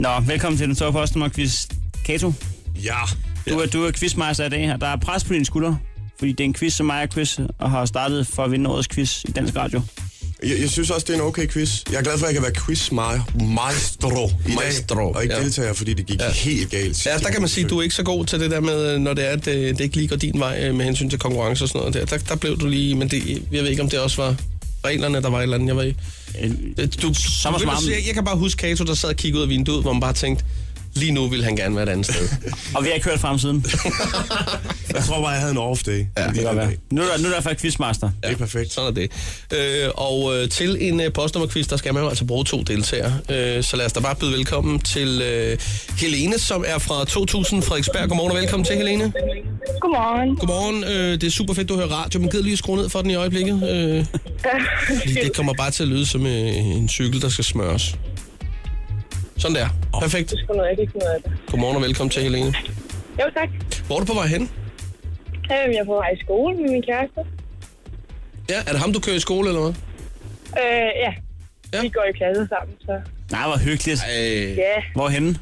Nå, velkommen til den store postnummer-quiz. Kato,
Ja.
Du er, du er quizmeister i dag her. Der er pres på dine skuldre, fordi det er en quiz, som mig er quiz, og har startet for at vinde årets quiz i Dansk Radio.
Jeg, jeg synes også, det er en okay quiz. Jeg er glad for, at jeg kan være quiz maestro i
Maestro,
dag, og ikke
ja.
deltager, fordi det gik
Ja.
ja. helt galt. sidste
Ja, altså, der kan man sige, at du er
forsøg.
ikke så god til det der med, øh, når det er, at øh, det ikke lige går din vej øh, med hensyn til konkurrence og sådan noget der. Der, der blev du lige, men det, jeg ved ikke, om det også var reglerne, der var et eller andet, jeg ved ikke.
Øh,
Øh, Du,
Som
du
at
vil
smage-
sige, jeg kan bare huske Kato, der sad og kiggede ud af vinduet, hvor man bare tænkte, lige nu ville han gerne være et andet sted.
og vi har ikke hørt frem siden.
Jeg tror bare, jeg havde en off day. Ja, det,
Ja. Nu er der, nu er der faktisk quizmaster.
det er perfekt.
Sådan er det. Øh, og øh, til en øh, postnummerquiz, der skal man jo altså bruge to deltagere. Øh, så lad os da bare byde velkommen til øh, Helene, som er fra 2000 Frederiksberg. Godmorgen og velkommen til, Helene.
Godmorgen.
Godmorgen. Øh, det er super fedt, du hører radio, men gider lige at skrue ned for den i øjeblikket. Øh, fordi det kommer bare til at lyde som øh, en cykel, der skal smøres. Sådan der. Perfekt.
Godmorgen. Jeg kan ikke finde ud af det.
Godmorgen og velkommen til, Helene.
Jo, tak.
Hvor er du på vej hen?
Øhm, Jeg er på vej i skole med min kæreste.
Ja, er det ham, du kører i skole, eller hvad?
Øh, ja.
Ja.
Vi går i klasse sammen, så
Nej, hvor hyggeligt.
Øh,
ja.
Hvorhenne?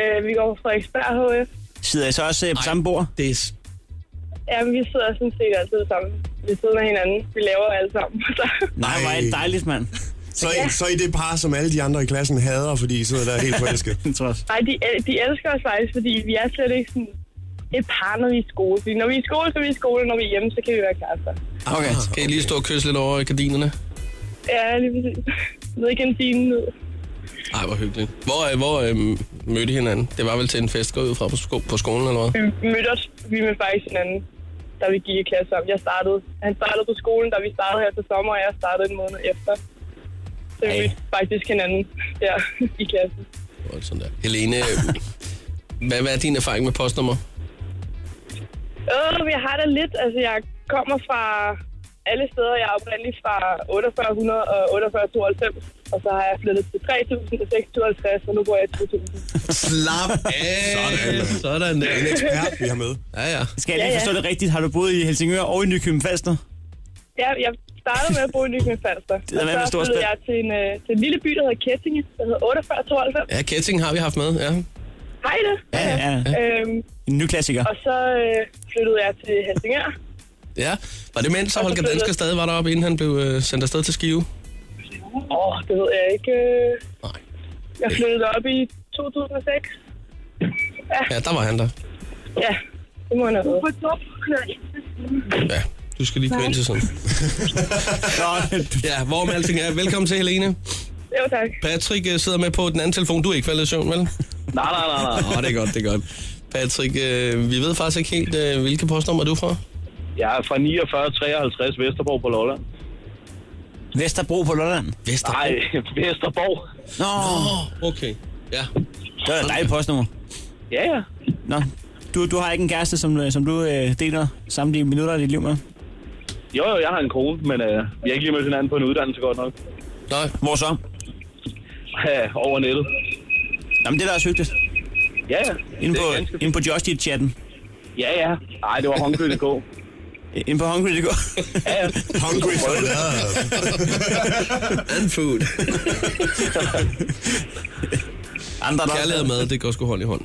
Øh, vi går på Frederiksberg HF.
Sidder I så også øh, på samme bord?
det er s-
Ja, men vi sidder sådan set altid sammen ved siden af hinanden. Vi laver alt sammen. Så.
Nej, hvor er det dejligt, mand.
Så, I, så I det par, som alle de andre i klassen hader, fordi I sidder der helt forelsket.
Trods.
Nej, de, el- de elsker os faktisk, fordi vi er slet ikke sådan det er par, når vi er i skole. Fordi når vi er i skole, så er vi i skole, og når vi er hjemme, så kan vi være kærester.
Okay.
Ah,
Kan I lige stå og kysse lidt over i gardinerne?
Ja, lige præcis. Nede i kantinen. ned.
Ej, hvor hyggeligt. Hvor, øh, hvor øh, mødte I hinanden? Det var vel til en fest, går jeg ud fra på, sko- på skolen eller hvad?
Vi mødte os, vi mødte faktisk hinanden, da vi gik i klasse sammen. Jeg startede, han startede på skolen, da vi startede her til sommer, og jeg startede en måned efter. Så vi
Ej.
mødte faktisk hinanden der i klassen.
Hvor er det Sådan der. Helene, øh, hvad, hvad er din erfaring med postnummer?
Øh, jeg har det lidt. Altså, jeg kommer fra alle steder. Jeg er oprindeligt fra 4800 og 4892. Og så har jeg flyttet til 3000 og 650, og nu bor jeg i 2000.
Slap af! Sådan. Sådan der.
En ekspert, vi har med.
Ja, ja.
Skal jeg
Ja,
lige
ja.
forstå det rigtigt? Har du boet i Helsingør og i Nykøbing Falster?
Ja, jeg startede med at bo i Nykøbing Falster.
Det er da
og
med
så
stor
flyttede
spænd.
jeg til en, øh, til en lille by, der hedder Kettinge, der hedder 4892.
Ja, Ketting har vi haft med, ja.
Hej det.
Ja, ja.
Øhm,
En ny klassiker.
og så øh, flyttede jeg til Helsingør.
Ja, var det mens, så Holger Dansker stadig var deroppe, inden han blev øh, sendt afsted til Skive?
Åh, oh, det ved jeg ikke. øh.
Nej.
Jeg flyttede op i 2006.
Ja, der var han der.
Ja, det må jeg have været.
Ja, du skal lige køre ind til sådan.
Nå, du-
Ja, hvor med alting er. Velkommen til, Helene.
Jo, tak.
Patrick øh, sidder med på den anden telefon. Du er ikke faldet i søvn, vel?
Nej, nej, nej, nej.
Åh, det er godt, det er godt. Patrick, øh, vi ved faktisk ikke helt, øh, hvilke postnummer du er fra.
Jeg er fra 49 53 Vesterbro på Lolland.
Vesterbro på Lolland.
Vester.
Nej, Vesterborg.
Nå,
Okay. Ja.
det var da et dejligt postnummer.
Ja, ja.
Nå, du, du har ikke en kæreste, som, øh, som du øh, deler samtlige minutter af dit liv med?
Jo, jo, jeg har en kone, men øh, vi har ikke lige mødt hinanden på en uddannelse godt nok.
Nej,
Hvor så?
Ja, over nettet.
Jamen, det er da også hyggeligt.
Ja, ja.
Inde
Det
på,
er ganske-
inde på Justit-chatten.
Ja, ja. Nej, det var håndkø.dk.
Inde på Hungry.dk.
Ja, ja.
Hungry for love.
and food.
Andre der.
Kærlighed og mad, det går sgu hånd i hånd.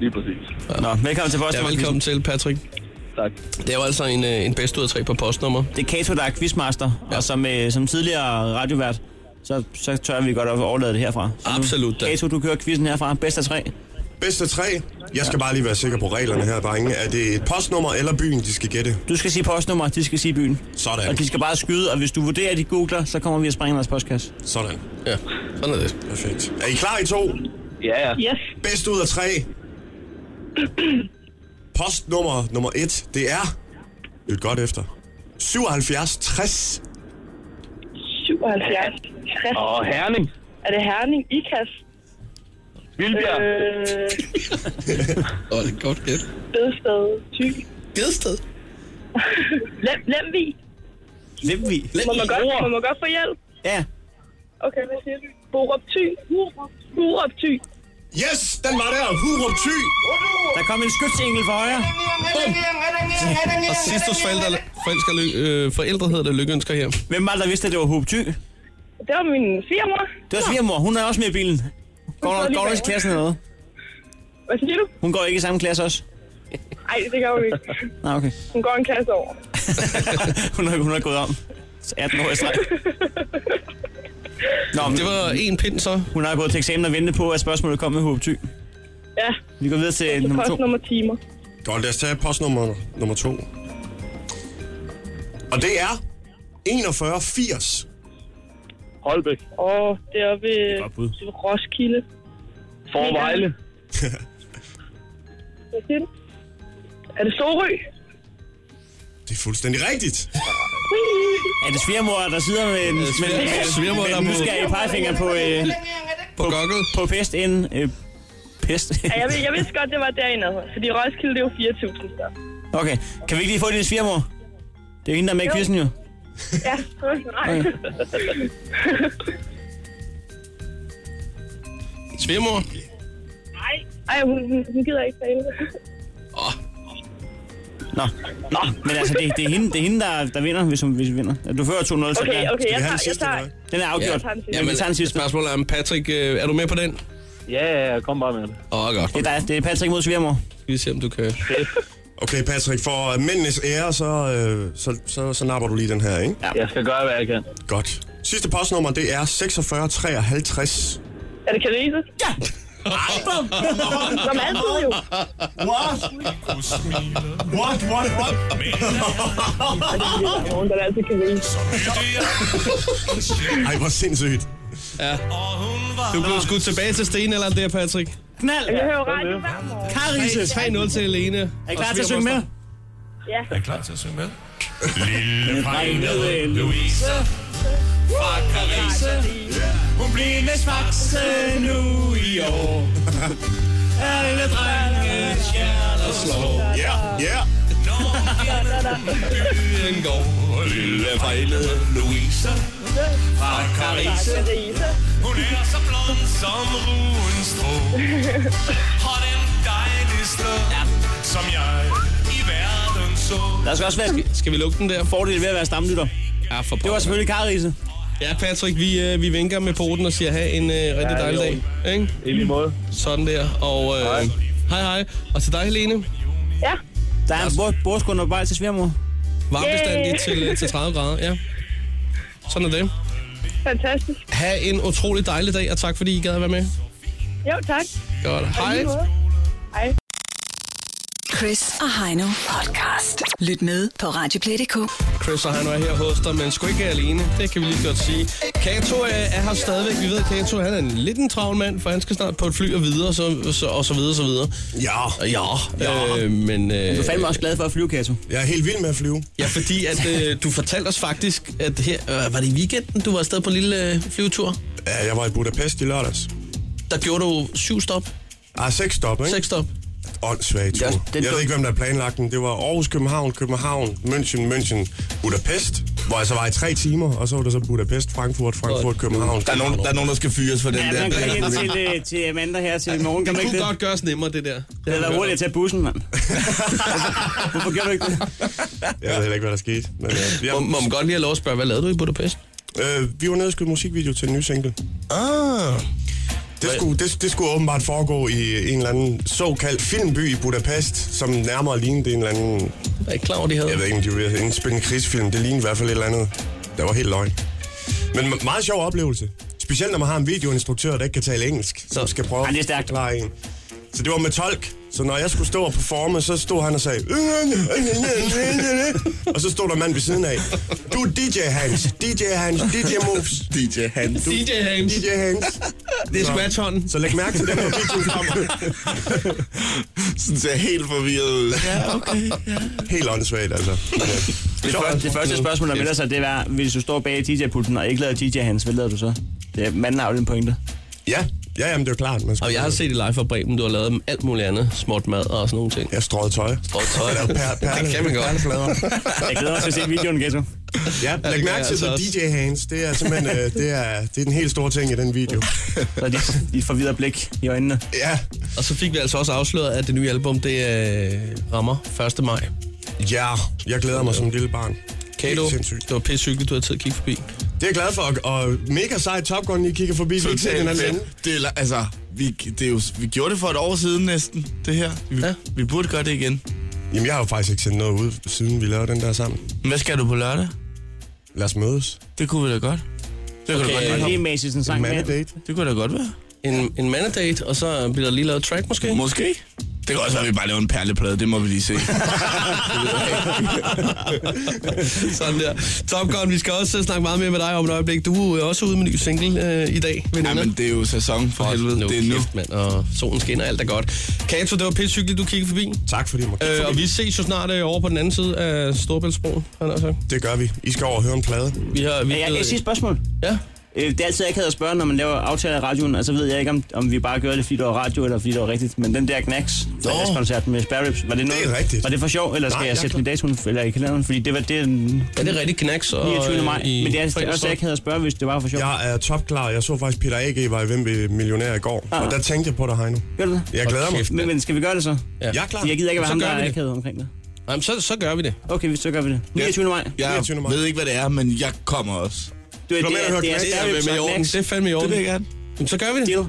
Lige præcis.
Nå, velkommen til
Ja,
postnummer.
velkommen til, Patrick.
Tak.
Det er jo altså en, øh, en bedst ud af tre på postnummer.
Det er Kato, der er quizmaster, ja. og som, øh, som tidligere radiovært, så, så tør vi godt at overlade det herfra. Så nu-
Absolut da.
Kato, du kører quizzen herfra. Bedst af tre.
Bedst af tre. Jeg skal bare lige være sikker på reglerne her, drenge. Er det et postnummer eller byen, de skal gætte?
Du skal sige postnummer, de skal sige byen.
Sådan.
Og de skal bare skyde, og hvis du vurderer, at de googler, så kommer vi og springer deres postkasse.
Sådan.
Ja, sådan er det.
Perfekt. Er I klar i to?
Ja, ja.
Yes.
Bedst ud af tre. Postnummer nummer et, det er... Lyt godt efter. 77 60.
77. 60.
Og Herning.
Er det Herning? Ikast?
Vildbjerg.
Øh,
Åh, det er godt gæt.
Bedsted. Ty.
Gedsted.
Lem, Lemvig.
Hvem vi?
Må man, godt, må man godt få hjælp?
Ja,
Okay, hvad siger du? Borup Thy. Borup Thy.
Yes, den var der. Hurup Thy.
der kom en skytsengel for højre.
Og sidst hos forældre, forældre, øh, forældre hedder det lykkeønsker her.
Hvem var det, der vidste, at det var Hub Thy?
Det var min svigermor.
Det var svigermor, hun er også med i bilen. Går
står
du
lige
går du
bag
også i klassen eller noget?
Hvad siger du?
Hun går ikke i samme klasse også?
Nej, det gør hun ikke.
Nej, okay.
Hun går en klasse over.
Hun er, hun er gået om. 18 år i streg. Nå, men
Det var en pind så.
hun har gået til eksamen og ventet på, at spørgsmålet kom med Hub Thy.
Ja,
Vi går videre til nummer to.
postnummer timer.
Godt, lad os tage postnummer nummer to. Og det er 41 80.
Holbæk.
Og det er ved
godt bud.
det er Roskilde.
Forvejle.
Hvad siger du? Er det Sorø?
Det er fuldstændig rigtigt.
Er det svigermor, der sidder med en, med,
sviger-
med,
svigermor,
med
der
en
må-
nysgerrig pegefinger på, øh,
På gokket.
på pest inden... Øh, pest?
Ja, jeg, vid- jeg vidste godt, det var derinde. Fordi Roskilde, det er jo 4.000 der.
Okay, kan vi ikke lige få din svigermor? Det er jo hende, der er med i quizzen jo.
Ja, nej.
Okay.
Svigermor.
Ej, hun, hun- hun gider ikke tale.
Åh,
Nå. Nå, men altså, det, det, er hende, det er hende der, der vinder, hvis, hun, hvis vi vinder. Du fører 2-0, så
Okay,
ja.
okay,
Vi
jeg tager,
har den
jeg
sidste,
tager.
eller
den er afgjort.
Ja,
Ja, men vi tager den sidste.
spørgsmål er, om Patrick, øh, er du med på den?
Ja, ja, ja, kom bare med det.
Åh, oh, godt.
Det er, dig, det er Patrick mod svigermor.
Skal vi se, om du kan...
Okay, Patrick, for mændenes ære, så, øh, så, så, så napper du lige den her, ikke?
Jeg skal gøre, hvad jeg kan.
Godt. Sidste postnummer, det er 46 53.
Er det Karise?
Ja! Album?
Som altid jo.
What? What, what, what?
Fordi der er nogen, der altid kan vinde.
Ej, hvor sindssygt.
Du blev skudt tilbage til stenalderen der, Patrick.
Knald!
Jeg hører radio hver morgen.
Karise!
3-0 til Alene.
Er I klar til at synge med?
Ja.
Er I klar til at synge med? Lille regnede Louise fra Carise. Hun bliver en svakse nu i år. Alle drenges hjerter slår.
Ja, ja.
Byen går, lille fejlede Louise fra Carise.
Louise.
Hun er så blond som ruens strå. Har den dejligste, som jeg i verden så.
Der skal også være en
Skal vi lukke den der?
fordel ved at være stamlytter.
Ja, for
Det var selvfølgelig Karise.
Ja, Patrick, vi, øh, vi vinker med poten og siger, have en øh, rigtig dejlig dag. Ikke?
I lige måde.
Sådan der. Og øh, hej. hej, hej. Og til dig, Helene.
Ja.
Der er en bord, bordskunde på vej til svigermor.
Varmebestandigt
Yay.
til, øh, til 30 grader. Ja. Sådan er det.
Fantastisk.
Ha' en utrolig dejlig dag, og tak fordi I gad at være med.
Jo, tak.
Godt. Hej.
lige måde. Hej.
Chris og Heino podcast. Lyt med på Radioplay.dk.
Chris og han er her hos dig, men sgu ikke alene. Det kan vi lige godt sige. Kato øh, er her stadigvæk. Vi ved, at Kato han er en lidt en travl mand, for han skal snart på et fly og videre, så, så, og så videre, så videre.
Ja,
Ja, øh, men... Øh,
Du er fandme også glad for at flyve, Kato.
jeg er helt vild med at flyve.
Ja, fordi at øh, du fortalte os faktisk, at her, øh, var det i weekenden, du var afsted på en lille øh, flyvetur?
Ja, jeg var i Budapest i lørdags.
Der gjorde du syv stop,
Ah, seks stop, ikke?
seks stop.
Åndssvagt tur.
Ja,
Jeg
den-
ved ikke, hvem der har planlagt den. Det var Aarhus, København, København, München, München, Budapest, hvor jeg så var i tre timer, og så var der så Budapest, Frankfurt, Frankfurt, København.
Der er, nogen, der er nogen, der skal fyres for den
Ja,
der.
man kan ringe ind til, øh, til Amanda her til i morgen. Kan
Det
man ikke
kunne
det?
godt gøres nemmere, det der.
Det er da hurtigt at tage bussen, mand. Hvorfor gør du ikke det?
Jeg ved heller ikke, hvad der skete. Men, øh,
Må, må man
jeg,
godt lige have lov at spørge, hvad lavede du i Budapest?
øh, vi var nede og skød musikvideo til en ny single.
Ah,
Det skulle, det, det skulle åbenbart foregå i en eller anden såkaldt filmby i Budapest, som nærmere lignede en eller anden...
jeg er ikke klar over, de havde.
Jeg ved ikke, om de ville indspille en krigsfilm. Det lignede i hvert fald et eller andet. Det var helt løgn. Men me- meget sjov oplevelse. Specielt når man har en videoinstruktør, der ikke kan tale engelsk, som
Så-
skal prøve
Ej, det er stærkt.
at forklare en. Så det var med tolk. Så når jeg skulle stå og performe, så stod han og sagde... "Øh, Og så stod der en mand ved siden af. Du er DJ Hans, DJ Hans, DJ Moves.
DJ Hans.
DJ Hans.
DJ Hans.
Det er scratch-hånden.
Så læg mærke til den, når videoen kommer.
Sådan ser helt forvirret ud.
Helt åndssvagt, altså.
Det første, det første spørgsmål, der melder sig, det er, hvis du står bag DJ-pulten og ikke lader DJ Hans, hvad lader du så? Det er, manden har jo den pointe.
Ja, ja jamen, det er jo klart. Man skal...
Og jeg har set i live fra Bremen, du har lavet alt muligt andet. Småt mad og sådan nogle ting.
Jeg strøget tøj.
Og tøj.
Per, per,
Det kan man godt.
Jeg glæder mig til at se videoen, Ghetto.
Ja,
det
læg
gør jeg
mærke til
altså
the
også.
DJ hands. Det er simpelthen øh, det er, det er den helt store ting i den video.
Så er dit, dit forvirret blik i øjnene.
Ja,
Og så fik vi altså også afsløret, at det nye album, det øh, rammer 1. maj.
ja jeg glæder mig som et lille barn.
Kato,
Helt sindssygt.
det var pisse hyggeligt, du havde tid at kigge forbi.
Det er jeg glad for, og- og mega sej Top Gun, I kigger forbi. Vi ser den
Totalt
anden ende.
fedt. Det er, la- altså, vi, det er jo, vi gjorde det for et år siden næsten, det her. Vi,
Ja.
ja. vi burde gøre det igen.
Jamen, jeg har jo faktisk ikke sendt noget ud, siden vi lavede den der sammen.
Men Hvad skal du på lørdag?
Lad os mødes.
Det kunne vi da godt. Det kunne, okay. da, godt
Og
være.
lige med sådan en sang med.
Mandedate.
det kunne da godt være.
En, en mandedate, og så bliver der lige lavet track måske?
Måske. Det kan også være, at vi bare laver en perleplade. Det må vi lige se.
Sådan der. Top Gun, vi skal også øh, snakke meget mere med dig om et øjeblik. Du er jo også ude med en ny single øh, i dag, veninder.
Jamen, det er jo sæson for helvede.
nu,
Det er nu.
Kæft, mand, og solen skinner, alt er godt. Kato, det var pisse hyggeligt, du kiggede forbi.
Tak fordi I må kigge
Øh, og
forbi.
vi ses jo snart øh, over på den anden side af Storbæltsbroen. har jeg nær sagt.
Det gør vi. I skal over og høre en plade.
Vi har... Vi
Ja, jeg, jeg siger et spørgsmål.
Ja.
Øh, Det er altid akavet at spørge, når man laver aftaler i radioen, og så ved jeg ikke, om, om vi bare gør det, fordi det var radio, eller fordi det var rigtigt. Men den der Knacks, koncert med Spare Ribs, var det noget?
rigtigt.
Var det for sjov, eller skal
Nej,
Nej, jeg
jeg
sætte
kan-
den datoen, eller i kalenderen? Fordi det var det er den
Er det rigtig knaks? Og,
29. maj.
øh, i
Men det er
fredags,
også
tror jeg.
akavet at spørge, hvis det var for sjov.
Jeg er topklar. Jeg så faktisk Peter A.G. var i Hvem vil millionær i går.
Ah.
Og der tænkte jeg på dig, Heino.
Gør du det?
Jeg glæder mig.
Kæft,
Men,
mand.
men skal vi gøre det så?
Jeg er klar.
Jeg gider ikke at være
Så
ham, der
gør vi
er
det.
akavet omkring det.
Jamen, så, så gør vi det.
Okay, så gør vi det. 29. maj.
Jeg
29. maj.
ved ikke, hvad det er, men jeg kommer også.
Du, det,
med at
er,
høre
det er
Knacks?
Spare
Ja,
Ribs
Men i
og
orden,
Knacks.
det er fandme i orden.
Det vil jeg gerne.
Jamen, så gør vi det.
Deal.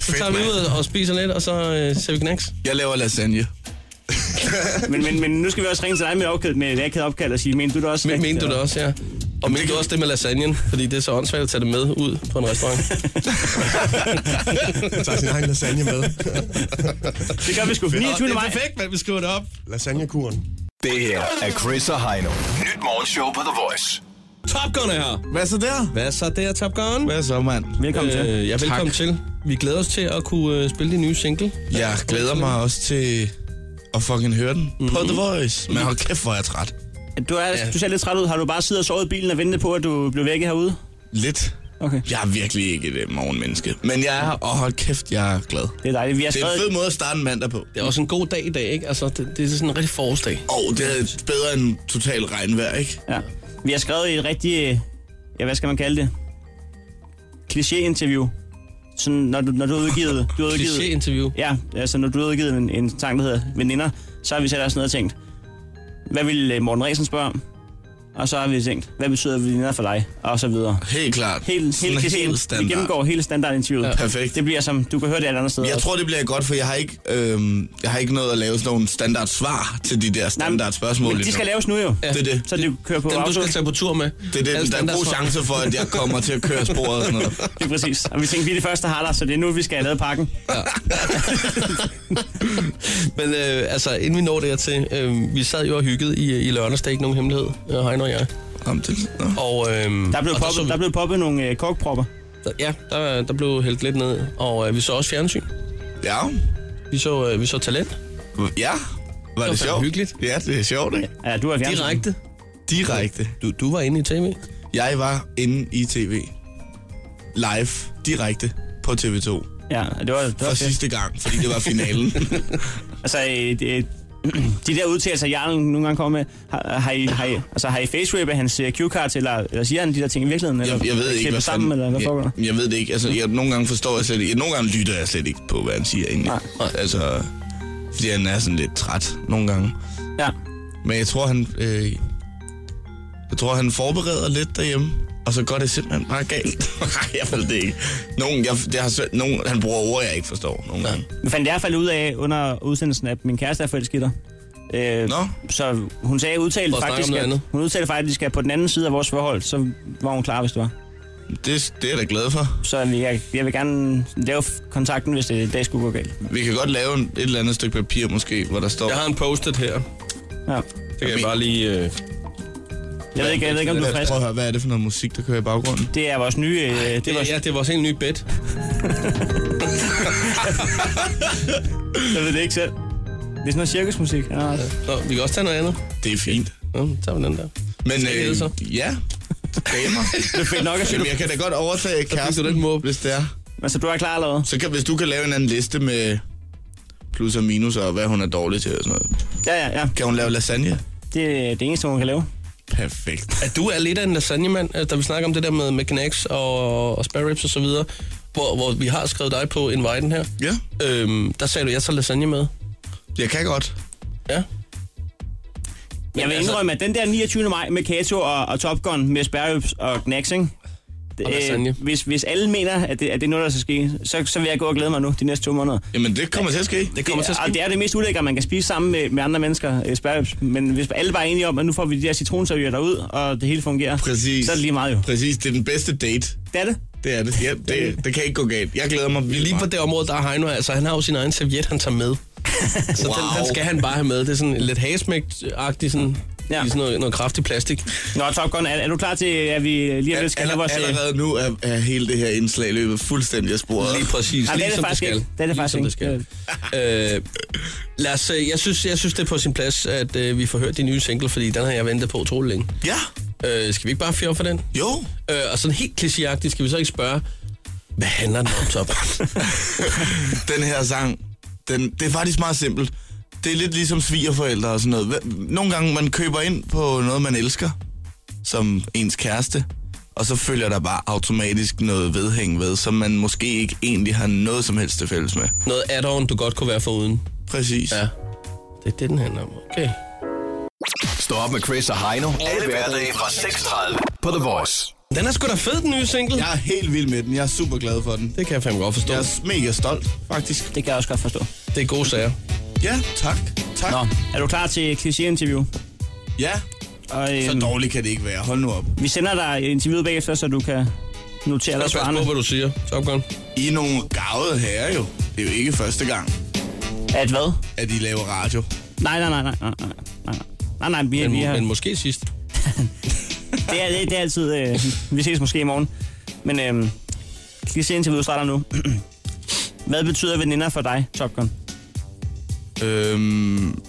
Så tager vi
mand.
ud og spiser lidt, og så øh, ser vi knaks.
Jeg laver lasagne.
Men, men, men nu skal vi også ringe til dig med, opkald, med et akavet opkald og sige, mener du det også?
Men,
rigtigt,
mente du
eller?
det også, ja? Og men det også det med lasagnen, fordi det er så åndssvagt at tage det med ud på en restaurant.
Tager sin egen lasagne med.
Det gør vi sgu. 29. maj.
perfekt, man. Vi skriver det op.
Lasagnekuren.
Det her er Chris og Heino. Nyt morgenshow på The Voice.
Top Gun er her.
Hvad så der?
Hvad så der, Top Gun?
Hvad så, mand?
Velkommen til.
Øh, ja, velkommen
Tak.
til. Vi glæder os til at kunne øh, spille din nye single.
Jeg glæder mig også til at fucking høre den mm-hmm. på
Mhm.
The Voice. Men hold kæft, hvor er jeg træt.
Du, er, du ser lidt træt ud. Har du bare siddet og sovet i bilen og ventet på, at du blev vækket herude?
Lidt.
Okay.
Jeg er virkelig ikke et øh, morgenmenneske. Men jeg er her, og hold kæft, jeg er glad.
Det er dejligt. Vi har
Det er
skrevet...
en fed måde at starte en mandag på.
Det er også en god dag i dag, ikke? Altså, det, det er sådan en rigtig forårsdag.
Og oh, det er bedre end total regnvejr, ikke?
Ja. Vi har skrevet et rigtig, øh, ja, hvad skal man kalde det? Kliché-interview. Sådan, når du, når du har udgivet... Du har udgivet
Kliché-interview.
ja, altså når du har udgivet en, en sang, der hedder Veninder, så har vi sat os ned og tænkt, hvad vil øh, Morten Resen spørge om? Og så har vi tænkt, hvad betyder veninder for dig? Og så videre.
Helt klart.
Helt,
Sådan
helt,
helt
helt Vi
standard.
gennemgår hele standardinterviewet. Ja.
Perfekt.
Det bliver som, du kan høre det et andet sted.
Jeg tror, det bliver godt, for jeg har ikke, øhm, jeg har ikke noget at lave sådan nogle standard svar til de der ligesom. standard spørgsmål.
Men de skal laves nu jo.
Ja. Det er det.
Så det kører på
Dem, du
auto.
skal tage på tur med.
Det er
Alle
det, der er god
standardsvar.
chance for, at jeg kommer til at køre sporet og sådan noget.
Det er præcis. Og vi tænkte, vi er de første, der har dig, så det er nu, vi skal have lavet pakken.
Men øh, altså, inden vi når dertil, øh, vi sad jo og hyggede i, i lørdags, der er ikke nogen hemmelighed, øh, Heino og jeg.
Om det, nå.
Og, øh,
Der er
og
blevet, poppet, der er
der,
blevet poppet nogle øh, korkpropper.
så, ja, der, der blev hældt lidt ned, og øh, vi så også fjernsyn.
Ja.
Vi så, øh, vi så talent.
Ja. Var det,
Det var
sjovt?
hyggeligt.
Ja, det er sjovt, ikke?
Ja, du er fjernsyn.
Direkte.
Direkte.
Du, du var inde i tv.
Jeg var inde i tv. Live. Direkte. På TV2.
Ja, det var, det var
For
fedt.
sidste gang, fordi det var finalen.
Altså, øh, de, de der udtalelser, Jarl nogle gange kommer med, har, har, I, har, I, altså, har I face hans øh, cue cards, eller, eller siger han de der ting i virkeligheden? Eller
jeg, jeg ved ikke,
klipper
hvad
sammen,
fanden-
eller hvad foregår der?
jeg, jeg ved det ikke. Altså, jeg, nogle gange forstår jeg slet ikke. Nogle gange lytter jeg slet ikke på, hvad han siger egentlig.
Nej.
Altså, fordi han er sådan lidt træt nogle gange.
Ja.
Men jeg tror, han... Øh, jeg tror, han forbereder lidt derhjemme. Og så går det simpelthen bare galt. Nej, jeg ved det ikke. Nogen, jeg, jeg har, svært- nogen, han bruger ord, jeg ikke forstår nogle gange.
Jeg fandt i hvert fald ud af under udsendelsen, at min kæreste er forelsket i dig. Øh,
Nå.
Så hun sagde, udtalte
For at snakke
faktisk,
om noget
at,
andet.
hun udtalte faktisk, at de skal på den anden side af vores forhold, så var hun klar, hvis det var.
Det, det er jeg da glad for.
Så jeg, jeg vil gerne lave kontakten, hvis det i dag skulle gå galt.
Vi kan godt lave en, et eller andet stykke papir måske, hvor der står...
Jeg har en postet her.
Ja.
Det kan jeg bare lige... Øh,
Jeg ved ikke, jeg ved ikke om du er frisk.
Prøv at høre, hvad er det for noget musik, der kører i baggrunden?
Det er vores nye... Øh, det er
det var,
vores,
ja, det er vores helt nye bed.
Jeg ved det ikke selv. Det er sådan noget cirkusmusik. Ja, ja.
Nå, vi kan også tage noget andet.
Det er fint.
Nå, så tager vi den der.
Men
Skal vi det så?
øh, ja, damer.
Det er fedt nok at sige.
Jamen, jeg kan da godt overtage kæresten,
den måb.
hvis det er.
Altså, du er klar allerede?
Så kan, hvis du kan lave en eller anden liste med plus og minus og hvad hun er dårlig til og sådan noget.
Ja, ja, ja.
Kan hun lave lasagne?
Det er det eneste, hun kan lave.
Perfekt.
At du er lidt af en lasagnemand, øh, da vi snakker om det der med, med knacks og, og spare ribs og så videre, hvor, hvor vi har skrevet dig på inviten her.
Ja,
Øhm, der sagde du, jeg tager lasagne med.
jeg kan godt.
Ja.
Jeg vil
altså-
indrømme, at den der 29. maj med Kato og, og Top Gun med sparerøbs og knacks, ikke? Det,
Og lasagne.
hvis, hvis alle mener, at det, at det er noget, der skal ske, så, så vil jeg gå og glæde mig nu de næste to måneder.
Jamen, det kommer til at ske.
Det kommer til at
Og
ske.
det er det mest ulækkere, man kan spise sammen med, med andre mennesker, øh, sparerøbs. Men hvis alle bare er enige om, at nu får vi de der citronserier derud, og det hele fungerer,
Præcis.
så er det lige meget jo.
Præcis, det er den bedste date.
Det er det.
Det er det. Ja, det, det kan ikke gå galt. Jeg glæder mig
Lige
virkelig
på
meget.
det område, der er Heino, altså han har jo sin egen serviet, han tager med. Så wow. den, den, skal han bare have med. Det er sådan lidt hagesmægt-agtigt, sådan,
Ja.
ja. i sådan noget, noget kraftigt plastik.
Nå, Top Gun, er, er du klar til, at vi lige om lidt skal have
Aller,
vores... øh,
allerede nu er, er hele det her indslag løbet fuldstændig af sporet.
Lige præcis,
Ej, det er det
ligesom det
faktisk
skal.
ikke. Det er det faktisk
ligesom
ikke.
Det skal. øh, lad os, øh, jeg, synes, jeg synes, det er på sin plads, at øh, vi får hørt din nye single, fordi den har jeg ventet på utrolig længe.
Ja,
Øh, skal vi ikke bare fjerde for den?
jo.
Øh, og sådan helt klichéagtigt skal vi så ikke spørge, hvad handler den om, Top?
den her sang, den, det er faktisk meget simpelt. Det er lidt ligesom svigerforældre og sådan noget. Hva- Nogle gange man køber ind på noget, man elsker, som ens kæreste, og så følger der bare automatisk noget vedhæng ved, som man måske ikke egentlig har noget som helst til fælles med.
noget add-on, du godt kunne være foruden.
Præcis.
Ja. Det er det, den handler om. Okay.
Stå op med Chris og Heino. Alle hverdage fra 6.30 på The Voice.
Den er sgu da fed, den nye single.
Jeg er helt vild med den. Jeg er super glad for den.
Det kan jeg fandme godt forstå.
Jeg er mega stolt,
Det
faktisk.
kan jeg også godt forstå.
Det er gode sager.
Ja, tak. Tak.
Nå, er du klar til kliché-interview?
Ja,
Og, øhm,
Så dårligt kan det ikke være. Hold nu op.
Vi sender dig interviewet bagefter, så du kan notere dig
Pas
svarene.
på, hvad du siger. Top Gun.
I er nogle gavede herrer jo. Det er jo ikke første gang,
At hvad?
at I laver radio.
Nej, nej, nej, nej, nej, nej, nej. Nej, nej, vi,
Men,
vi har,
men måske sidst.
det, er, det, er- det er altid... Øh, vi ses måske i morgen. Men øh, lige se interviewet starter nu. Hvad betyder veninder for dig, Top Gun?
Øhm,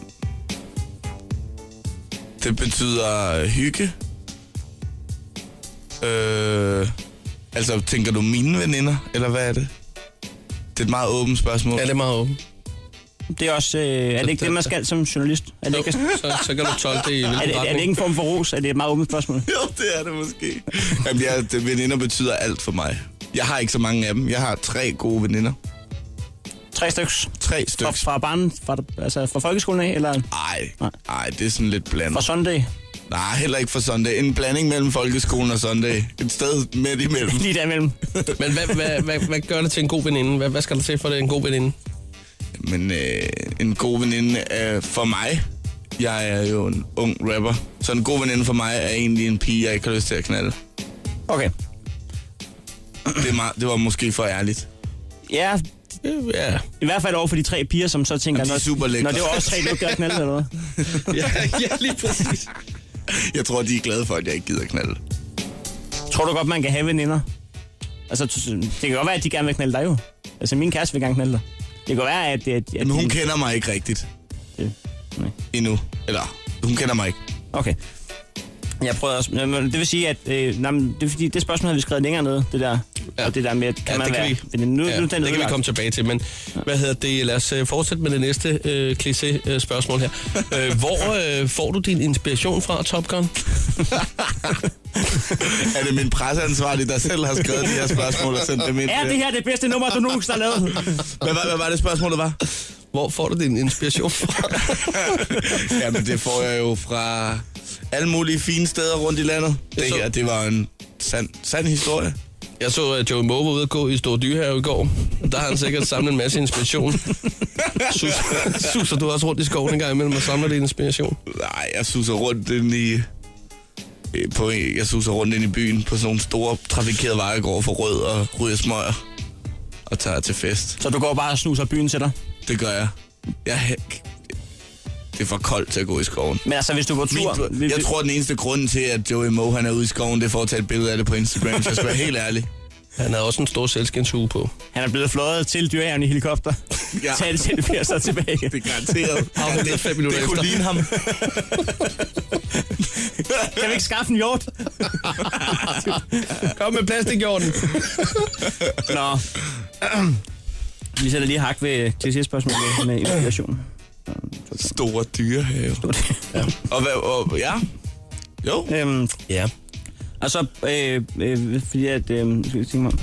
det betyder hygge. Øh, altså, tænker du mine veninder, eller hvad er det? Det er et meget åbent spørgsmål.
Ja, det er meget åbent.
Det er også... Øh, er det ikke det, man skal som journalist? Er det, ikke, er,
Så, så kan du tolke det i hvilken
det, er det
retning.
ikke en form for ros? Er det et meget åbent spørgsmål?
Jo, det er det måske. Jamen, jeg, det, veninder betyder alt for mig. Jeg har ikke så mange af dem. Jeg har tre gode veninder.
Tre stykker.
Tre
Fra,
stykker.
fra barn, fra, altså fra folkeskolen af, eller
Ej,
Nej.
ej, det er sådan lidt blandet.
fra Sunday?
Nej, heller ikke for Sunday. En blanding mellem folkeskolen og Sunday. Et sted midt imellem.
Lige der imellem.
Men hvad, hvad, hvad, hvad gør det til en god veninde? Hvad, hvad skal der til for, at det er en god veninde?
Men øh, en god veninde øh, for mig, jeg er jo en ung rapper, så en god veninde for mig er egentlig en pige, jeg ikke har lyst til at knalde.
Okay.
Det, er meget, det var måske for ærligt.
Ja,
Øh, Ja,
i hvert fald over for de tre piger, som så tænker...
Jamen, de er
"Nå,
super lækre."
Nå, det var også tre lukker og knalde, eller hvad?
ja, ja lige præcis.
Jeg tror, de er glade for, at jeg ikke gider knalde.
Tror du godt, man kan have veninder? Altså, t- det kan godt være, at de gerne vil knalde dig jo. Altså, min kæreste vil gerne knalde dig. Det kan godt være, at... at, at
Men hun
de...
kender mig ikke rigtigt
Det- nej.
endnu. Eller, hun kender mig ikke.
Okay. Jeg prøvede også... Nå, men Det vil sige, at... Øh, nej, men det, er fordi, det spørgsmål har vi skrevet længere ned, det der. Ja.
Ja.
Og det der med, at kan
Ja,
man
det kan
være...
vi-
veninde? Nu,
Ja,
nu er
det
den
kan vi
ødelagt.
komme tilbage til, men hvad hedder det? Lad os øh, fortsætte med det næste øh, kliché-spørgsmål her. Øh, hvor øh, får du din inspiration fra, Top Gun?
Er det min presseansvarlig, der selv har skrevet de her spørgsmål og sendt dem ind?
Er det her det bedste nummer, du nogensinde har lavet?
Hvad, var, hvad var det spørgsmål, det var?
Hvor får du din inspiration fra?
Jamen, det får jeg jo fra alle mulige fine steder rundt i landet. Det
Så-
her, det var en sand, sand historie.
Jeg så, at Joey Moe var ude at gå i Store Dyrehave i går. Der har han sikkert samlet en masse inspiration. Sus, suser du også rundt i skoven en gang imellem og samler din inspiration?
Nej, jeg suser rundt ind i... øh, På, en- jeg suser rundt ind i byen på sådan nogle store trafikerede veje, går over for rød og ryger smøger og tager til fest.
Så du går bare og snuser byen til dig.
Det gør jeg. jeg hæk. Det er for koldt til at gå i skoven.
Men altså, hvis du går tur...
Min, jeg tror, den eneste grund til, at Joey Moe han er ude i skoven, det er for at tage et billede af det på Instagram, hvis jeg skal være helt ærlig.
Han havde også en stor selvskinshue på.
Han er blevet fløjet til dyrehaven i helikopter. Ja.
Ja.
Tag det til, og så tilbage. igen.
Det er garanteret.
Afhentede
det,
fem minutter
det kunne
efter.
ligne ham.
Kan vi ikke skaffe en hjort?
Kom med plastikjorden.
Nå. Vi sætter lige hak ved klichéspørgsmålet med inspiration.
Store dyrehave. Ja. Og hvad, og, ja. Jo.
Øhm,
Ja.
og så, øh, øh, fordi at, øh, nu skal jeg tænke mig om.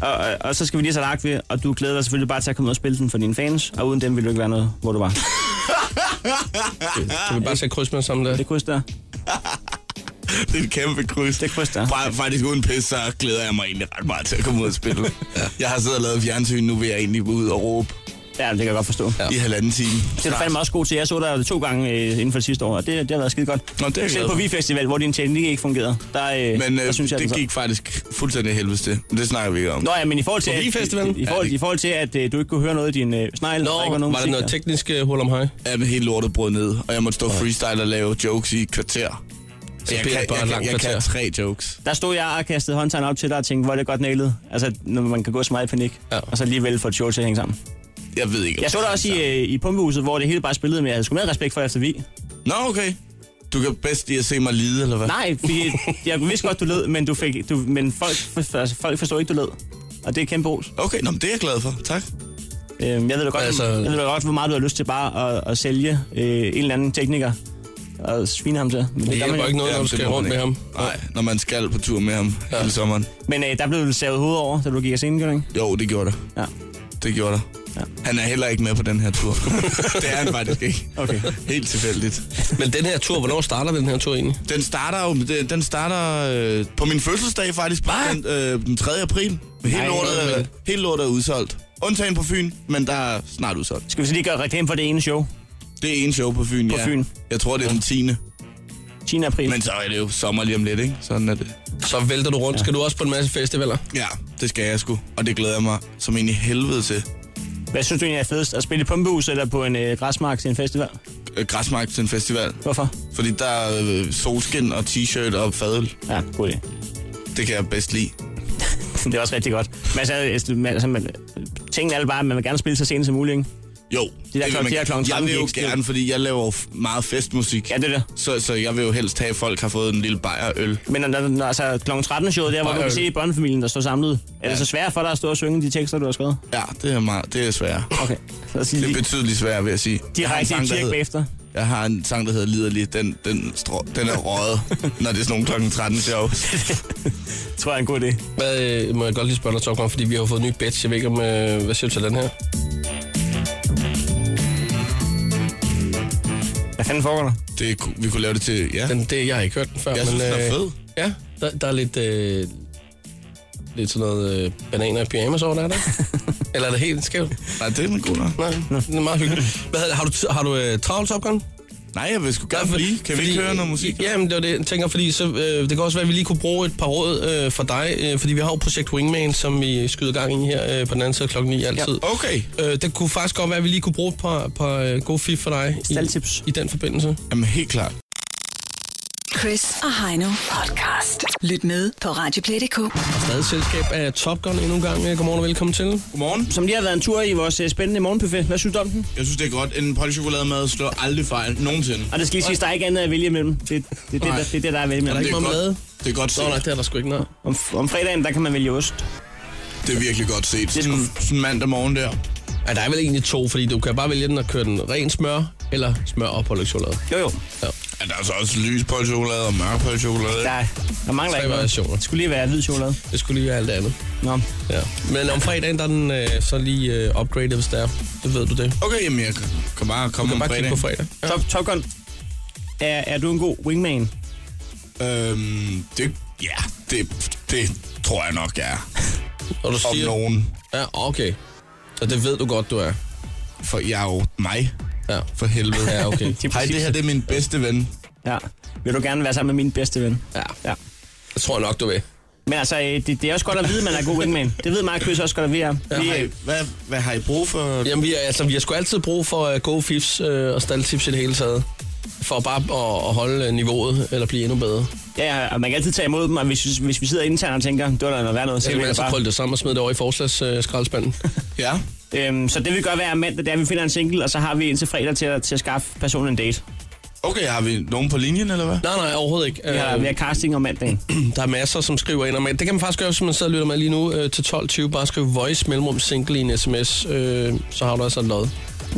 Og, og, og, så skal vi lige sætte hak ved, og du glæder dig selvfølgelig bare til at komme ud og spille den for dine fans, og uden dem ville du ikke være noget, hvor du var.
Ah.
Du vil bare sætte kryds med sammen der.
Det kryds der,
Det er et kæmpe kryds.
det kryds der.
Fra, faktisk uden pis, så glæder jeg mig egentlig ret meget til at komme ud og spille. ja. Jeg har siddet og lavet fjernsyn, nu vil jeg egentlig ud og råbe
Ja, det kan jeg godt forstå.
ja. i halvanden time.
Det er du fandme også god til. Jeg så dig to gange øh, inden for det sidste år, og det, det har været skide godt.
Nå, det er jeg
Selv
glad
på
for.
Vi-festival, hvor din teknik ikke fungerede, der, øh,
Men
der
øh,
synes jeg, den
det
så-
gik faktisk fuldstændig helvedes til. Men Det snakker vi ikke om.
Nå ja, men i forhold til,
På
at,
Vigfestivalen?
i, i, forhold,
Ja, det-
i forhold til, at øh, du ikke kunne høre noget i din øh, snegl,
Nå,
og der ikke var nogen
var der
musik
noget
der.
teknisk øh, hul om hej?
Jeg blev helt lortet brudt ned, og jeg måtte stå freestyle og lave jokes i et kvarter. Så jeg,
bliver
kan,
det bare
jeg,
et
jeg,
langt
jeg kan
kvarter.
tre jokes.
Der stod jeg og kastede håndtegn op til dig og tænkte, hvor er det godt nailet. Altså, når man kan gå så meget i panik, ja.
Ja.
og så alligevel få et show til at hænge sammen.
Jeg ved ikke. om
Jeg så
det
dig
er
også i,
sammen.
øh, i pumpehuset, hvor det hele bare spillede med, jeg havde sgu mere respekt for efter vi.
Nå, okay. Du kan bedst lide at se mig lide, eller hvad?
Nej, fordi jeg vidste godt, du lød, men, du fik, du, men folk, for, altså, folk forstod ikke, du lød. Og det er kæmpe ros.
Okay, nå, men det er jeg glad for. Tak.
Øhm, jeg ved da godt, altså,
Altså-
jeg ved da godt, hvor meget du har lyst til bare at, at sælge øh, en eller anden tekniker og svine ham til. Men
Det
gør man
hjælper
jo.
ikke noget, når
Jamen,
du
det
skal
må man
rundt med
ikke.
ham.
Nej, når man skal på tur med ham ja. hele sommeren.
Men øh, der blev du savet hovedet over, da du gik af scenen, gjorde du ikke?
Jo, det gjorde det.
Ja.
Det gjorde det. Ja. Han er heller ikke med på den her tur. det er han faktisk ikke.
Okay.
Helt tilfældigt.
Men den her tur, hvornår starter den her tur egentlig?
Den starter jo, den- den starter øh, på min fødselsdag faktisk, den, øh, den 3. april. Helt
Nej,
lortet,
hvor er
er,
det
helt lortet er udsolgt. Undtagen på Fyn, men der er snart udsolgt.
Skal vi så lige gøre reklame for det ene show?
Det er en show på Fyn,
På
ja.
Fyn.
Jeg tror, det er den 10.
10. april.
Men så er det jo sommer lige om lidt, ikke? Sådan er det.
Så vælter du rundt. Skal du også på en masse festivaler?
Ja, det skal jeg sgu. Og det glæder jeg mig som en i helvede til.
Hvad synes du egentlig er fedest? At spille i pumpehus eller på en øh, græsmark til en festival?
Øh, Græsmark til en festival.
Hvorfor?
Fordi der er øh, solskin og t-shirt og fadel.
Ja, god idé.
Det kan jeg bedst lide.
det er også rigtig godt. Men altså, altså, man, altså man, tingene er bare, at man vil gerne spille så sent som muligt, ikke?
Jo.
der
vil
klokken-
man-
de der klokken
Jeg
13
vil
de
jo
ikke skrive.
gerne, fordi jeg laver jo f- meget festmusik.
Ja, det er det.
Så, så jeg vil jo helst have, at folk har fået en lille bajer øl.
Men når, når, altså, kl. 13 showet der, hvor du
Bare
kan
øl.
se børnefamilien, der står samlet. Er
Ja.
det så svært for dig at stå og synge de tekster, du har skrevet?
Ja, det er, meget, det er svært.
Okay. Så sig
Det er
lige
betydeligt svært, vil jeg sige. Jeg har en
direkte i
sang, der
kirke
hedder,
bagefter.
jeg har en sang, der hedder Liderlig. Den, den, strå, den er røget, når det er sådan nogle klokken 13 show.
Tror jeg er en god idé.
Hvad øh, må jeg godt lige spørge dig, Torben, om, fordi vi har jo fået en ny batch. Jeg ved ikke, om, øh, hvad siger du til den her?
Hvad fanden foregår der?
Det, ku- vi kunne lave det til, ja.
Den, det, jeg har ikke hørt den før.
Jeg synes, den
øh,
er fed.
Ja, der, der er lidt, øh, lidt sådan noget øh, bananer i pyjamas over, der er der. Eller er det helt skævt?
Nej, det er en god nok.
Nej, det er meget hyggeligt. Hvad, hedder det? har du, t- har du øh, travlt, Top Gun?
Nej, jeg vil sgu gerne blive. Kan vi ikke høre noget musik?
Ja, men det var det, jeg tænker, fordi så, øh, det kan også være, at vi lige kunne bruge et par råd øh, fra dig, øh, fordi vi har jo projekt Wingman, som vi skyder gang i her øh, på den anden side klokken 9 altid.
Okay.
Øh, det kunne faktisk godt være, at vi lige kunne bruge et par, par øh, gode fif for dig i,
Staldtips.
i den forbindelse.
Jamen, helt klart.
Chris og Heino podcast. Lyt med på Radioplay.dk.
Stadig selskab af Top Gun endnu en gang. Øh, Godmorgen og velkommen til.
Godmorgen.
Som lige har været en tur i vores øh, spændende morgenbuffet. Hvad synes du om den?
Jeg synes, det er godt. En polchokolademad slår aldrig fejl. Nogensinde.
Og det skal lige siges, der er ikke andet at vælge imellem. Det, det, det, det,
Nej.
det, det er det, der er at vælge
Er der
imellem.
ikke
er
marmelade?
godt, det er godt set.
Nå, nej, det er der sgu ikke, nej.
Om, om fredagen, der kan man vælge ost.
Det er virkelig godt set.
er sgu-
Sådan, sådan mandag morgen der.
Ja, der er vel egentlig to, fordi du kan bare vælge den og køre den ren smør, eller smør og pålægschokolade.
Jo, jo.
Ja, der er så også lys polchokolade og mørk polchokolade.
Der, der mangler
Tre
ikke noget.
variationer.
Det skulle lige være hvid chokolade.
Det skulle lige være alt det andet.
Nå.
Ja. Men om fredagen, der er den øh, så lige øh, upgradet, hvis det er. Det ved du det.
Okay, jamen jeg kan bare komme
Du kan
om
bare kigge på fredag.
fredagen.
Ja. Top, Top Gun. Er, er du en god wingman?
Øhm, det, ja, det, det tror jeg nok, jeg er.
Og du
Om
siger...
nogen.
Ja, okay. Så det ved du godt, du er.
For jeg er jo mig.
Ja.
For helvede.
Ja, okay.
Det er
Hej,
præcis.
det her det er min bedste ven.
Ja. Vil du gerne være sammen med min bedste ven?
Ja,
Ja.
det tror jeg nok, du vil.
Men altså, øh, det, det er også godt at vide, at man er en god wingman. Det ved Mark Chris også godt, at vi er. Vi, øh,
Hej, hvad, hvad har I brug for?
Jamen, vi, er, altså, vi har sgu altid brug for uh, gode fifs øh, og staldtips i det hele taget. For bare at, at holde øh, niveauet, eller blive endnu bedre.
ja, ja, og man kan altid tage imod dem, og hvis, hvis vi sidder internt og tænker, det var da noget værd noget, så
Så
kan
kan
vi
man
da
altså
bare.
krølle det sammen og smide det over i forslagsskraldespanden. Øh,
Ja.
Øhm, så det vi gør hver mandag, det er, at vi finder en single, og så har vi en til fredag til at, til at skaffe personen en date.
Okay, har vi nogen på linjen, eller hvad?
nej, nej, overhovedet ikke.
Vi har,
Øh,
vi har casting om mandagen.
Der er masser, som skriver ind, og man, det kan man faktisk gøre, hvis man sidder og lytter med lige nu øh, til 12.20. Bare skriv voice mellemrum single i en sms, øh, så har du altså et lod.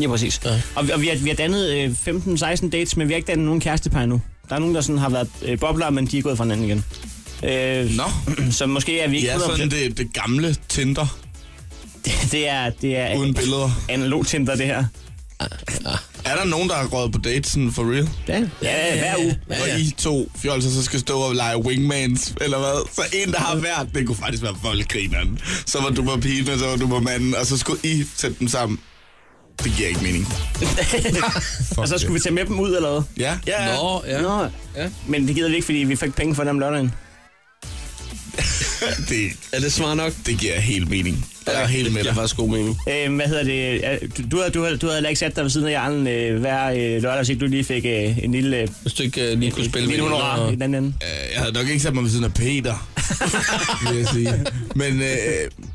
Ja, præcis.
Ja.
Ja. Og, vi- og vi, har, vi har dannet øh, 15-16 dates, men vi har ikke dannet nogen kærestepar endnu. Der er nogen, der sådan har været øh, bobler, men de er gået fra hinanden igen. Øh,
Nå,
Så måske er vi ikke...
ja,
100%
sådan det, det gamle Tinder,
det, det er, det er
uden billeder.
analog Tinder, det her.
Er der nogen, der har røget på datesen for real?
Ja, ja, hver uge.
Ja, ja. Og I to fjolser så skal stå og lege wingmans, eller hvad? Så en, der har været, det kunne faktisk være voldgrineren. Så var du på pigen, og så var du på manden, og så skulle I sætte dem sammen. Det giver ikke mening.
Og så Altså, skulle vi tage med dem ud, eller hvad?
Ja?
Ja.
Nå, ja.
Nå.
Ja.
Men det gider vi ikke, fordi vi fik penge for dem lørdagen.
Det,
Er det smart nok?
det giver helt mening. Jeg er helt med
Det er
dig.
faktisk god mening.
Øh, hvad hedder det? Ja, Du, du, havde- du, havde- du havde heller ikke sat dig ved siden af Jarlen øh, hver øh, lørdag, så ikke du lige fik øh, en lille... Øh,
Hvis du ikke øh, lige kunne spille
en lille
med
honorar
og-
i den anden ende.
Øh, Jeg havde nok ikke sat mig ved siden af Peter, vil jeg sige. Men øh,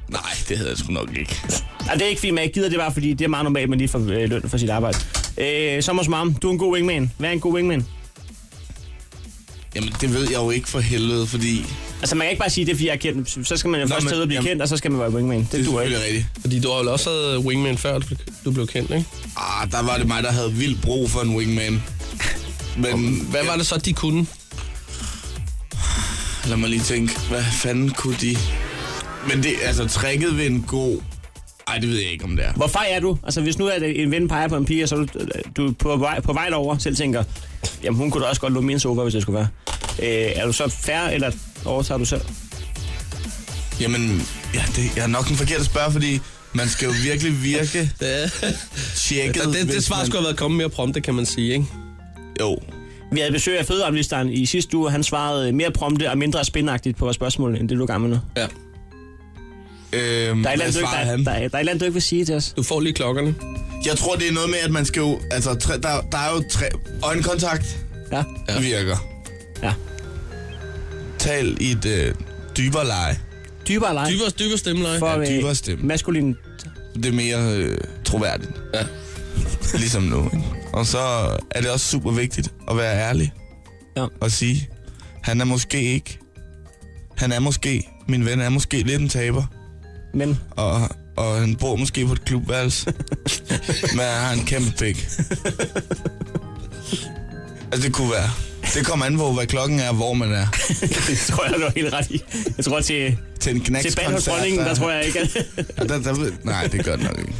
nej, det havde jeg sgu nok ikke.
Og det er ikke fordi, man ikke gider, det er bare fordi, det er meget normalt, man lige får øh, løn for sit arbejde. Øh, Sommers Mom, du er en god wingman. Hvad er en god wingman?
Jamen, det ved jeg jo ikke for helvede, fordi...
Altså, man kan ikke bare sige, det er fordi, jeg er kendt. Så skal man jo
Nå,
først
men-
tage ud og blive
jamen-
kendt, og så skal man være wingman. Det,
Det er
duer ikke.
selvfølgelig rigtigt.
Fordi du har jo også havde wingman før, du blev, du blev kendt, ikke?
Ah, der var det mig, der havde vildt brug for en wingman. Men
Hvad var det så, de kunne?
Lad mig lige tænke, hvad fanden kunne de... Men det, altså, trækket ved en god... Ej, det ved jeg ikke, om det er.
Hvor fej er du? Altså, hvis nu er det en ven peger på en pige, og så er du, du er på vej, på vej derover selv tænker, jamen hun kunne da også godt låne min sofa, hvis det skulle være. Øh, er du så færre, eller overtager du selv?
Jamen, ja, det jeg er nok en forkert at spørge, fordi man skal jo virkelig virke
Ja.
tjekket.
Det, det, det
hvis
svar
man-
skulle have været kommet mere prompte, kan man sige, ikke?
Jo.
Vi havde besøg af fødeomministeren i sidste uge, og han svarede mere prompte og mindre spændagtigt på vores spørgsmål, end det du er gang med nu.
Ja. Øhm,
der er
Øhm,
et eller andet, du ikke, der, der, der, er et eller andet, du ikke vil sige til os.
Du får lige klokkerne.
Jeg tror, det er noget med, at man skal jo... Altså, tre, der, der er jo tre... Øjenkontakt
Ja.
ja. virker.
Ja.
Tal i et øh, dybere leje.
Dybere leg.
Dybere, dybere stemmeleje.
For
Ja,
øh,
dybere stemme.
maskulin.
Det er mere øh, troværdigt.
Ja.
Ligesom nu. Ikke? Og så er det også super vigtigt at være ærlig.
Ja.
Og sige, han er måske ikke... Han er måske... Min ven er måske lidt en taber.
Men
Og, og han bor måske på et klubværelse. men han har en kæmpe pik. altså, det kunne være. Det kommer an på, hvad klokken er, og hvor man er.
det tror jeg, du har helt ret i. Jeg tror til,
Til en
til baneholdsdronningen, der tror jeg ikke. at-
Der, der, ved- nej, det gør det nok ikke.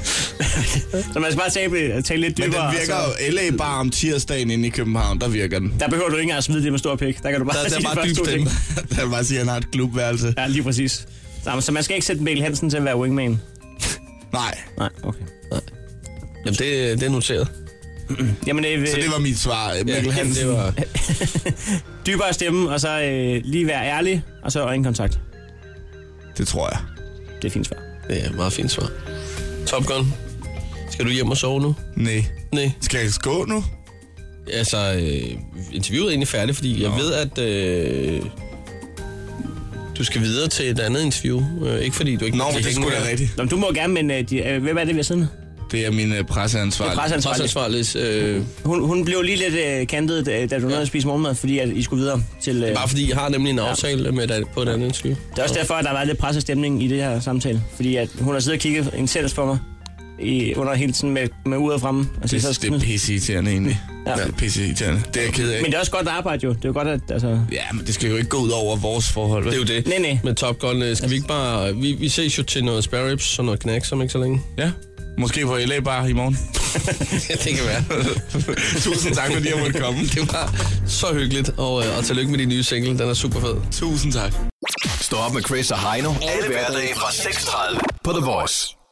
så man skal bare tale, tale lidt
Men
dybere.
den virker
så,
jo LA bare om tirsdagen inde i København, der virker den.
der behøver du ikke engang at smide det med stor pik. Der kan du bare
Der, der
sige
er
de
bare
første
dyb
to ting.
stemme. Der er bare siger, at han har et klubværelse.
Ja, lige præcis. Så, så man skal ikke sætte Mikkel Hansen til at være wingman?
Nej,
Nej, okay.
Jamen, det, det er noteret.
Jamen, øh,
så det var mit svar. Mikkel
jamen,
Hansen.
det var-
dybere stemme, og så øh, lige være ærlig, og så øjenkontakt.
det tror jeg.
Det er fint svar.
Det er et meget fint svar. Top Gun. Skal du hjem og sove nu?
Nej.
Nej.
Skal jeg gå nu?
Altså, øh, interviewet er egentlig færdigt, fordi Nå. jeg ved, at øh, du skal videre til et andet interview. Øh, ikke fordi du ikke
Nå, men det
hænger
skulle
her.
da rigtigt.
Nå, men du må gerne, men øh, de, øh, hvem er det ved siden?
Det er min øh, presseansvar.
Presseansvarlig.
Presseansvarlig. Øh,
Hun, hun blev lige lidt øh, kantet, da da du nåede at spise morgenmad, fordi at I skulle videre til... Øh,
bare fordi jeg har nemlig en aftale ja. med dig på et andet interview.
det er også derfor, at der var lidt pressestemning i det her samtale. Fordi at hun har siddet og kigget intens på mig i, under hele tiden med, med uret fremme. Altså, Og siger,
Det, det er pisseirriterende egentlig.
Ja.
Ja. Det er pisseirriterende. Det er jeg ked af.
men det er også godt arbejde jo. Det er jo godt, at... Altså,
Ja, men det skal jo ikke gå ud over vores forhold. vel?
Det er jo det.
nej, nej.
Med Top Gun, øh, skal vi ikke bare... Vi, vi ses jo til noget spare ribs og noget knacks om ikke så længe.
Ja. Måske på LA Bar i morgen.
Ja, det kan være.
Tusind tak, fordi jeg måtte komme.
Det var så hyggeligt, og, øh, og tillykke med din nye single. Den er super fed.
Tusind tak.
Stå op med Chris og Heino. Alle hverdage fra 6.30 på The Voice.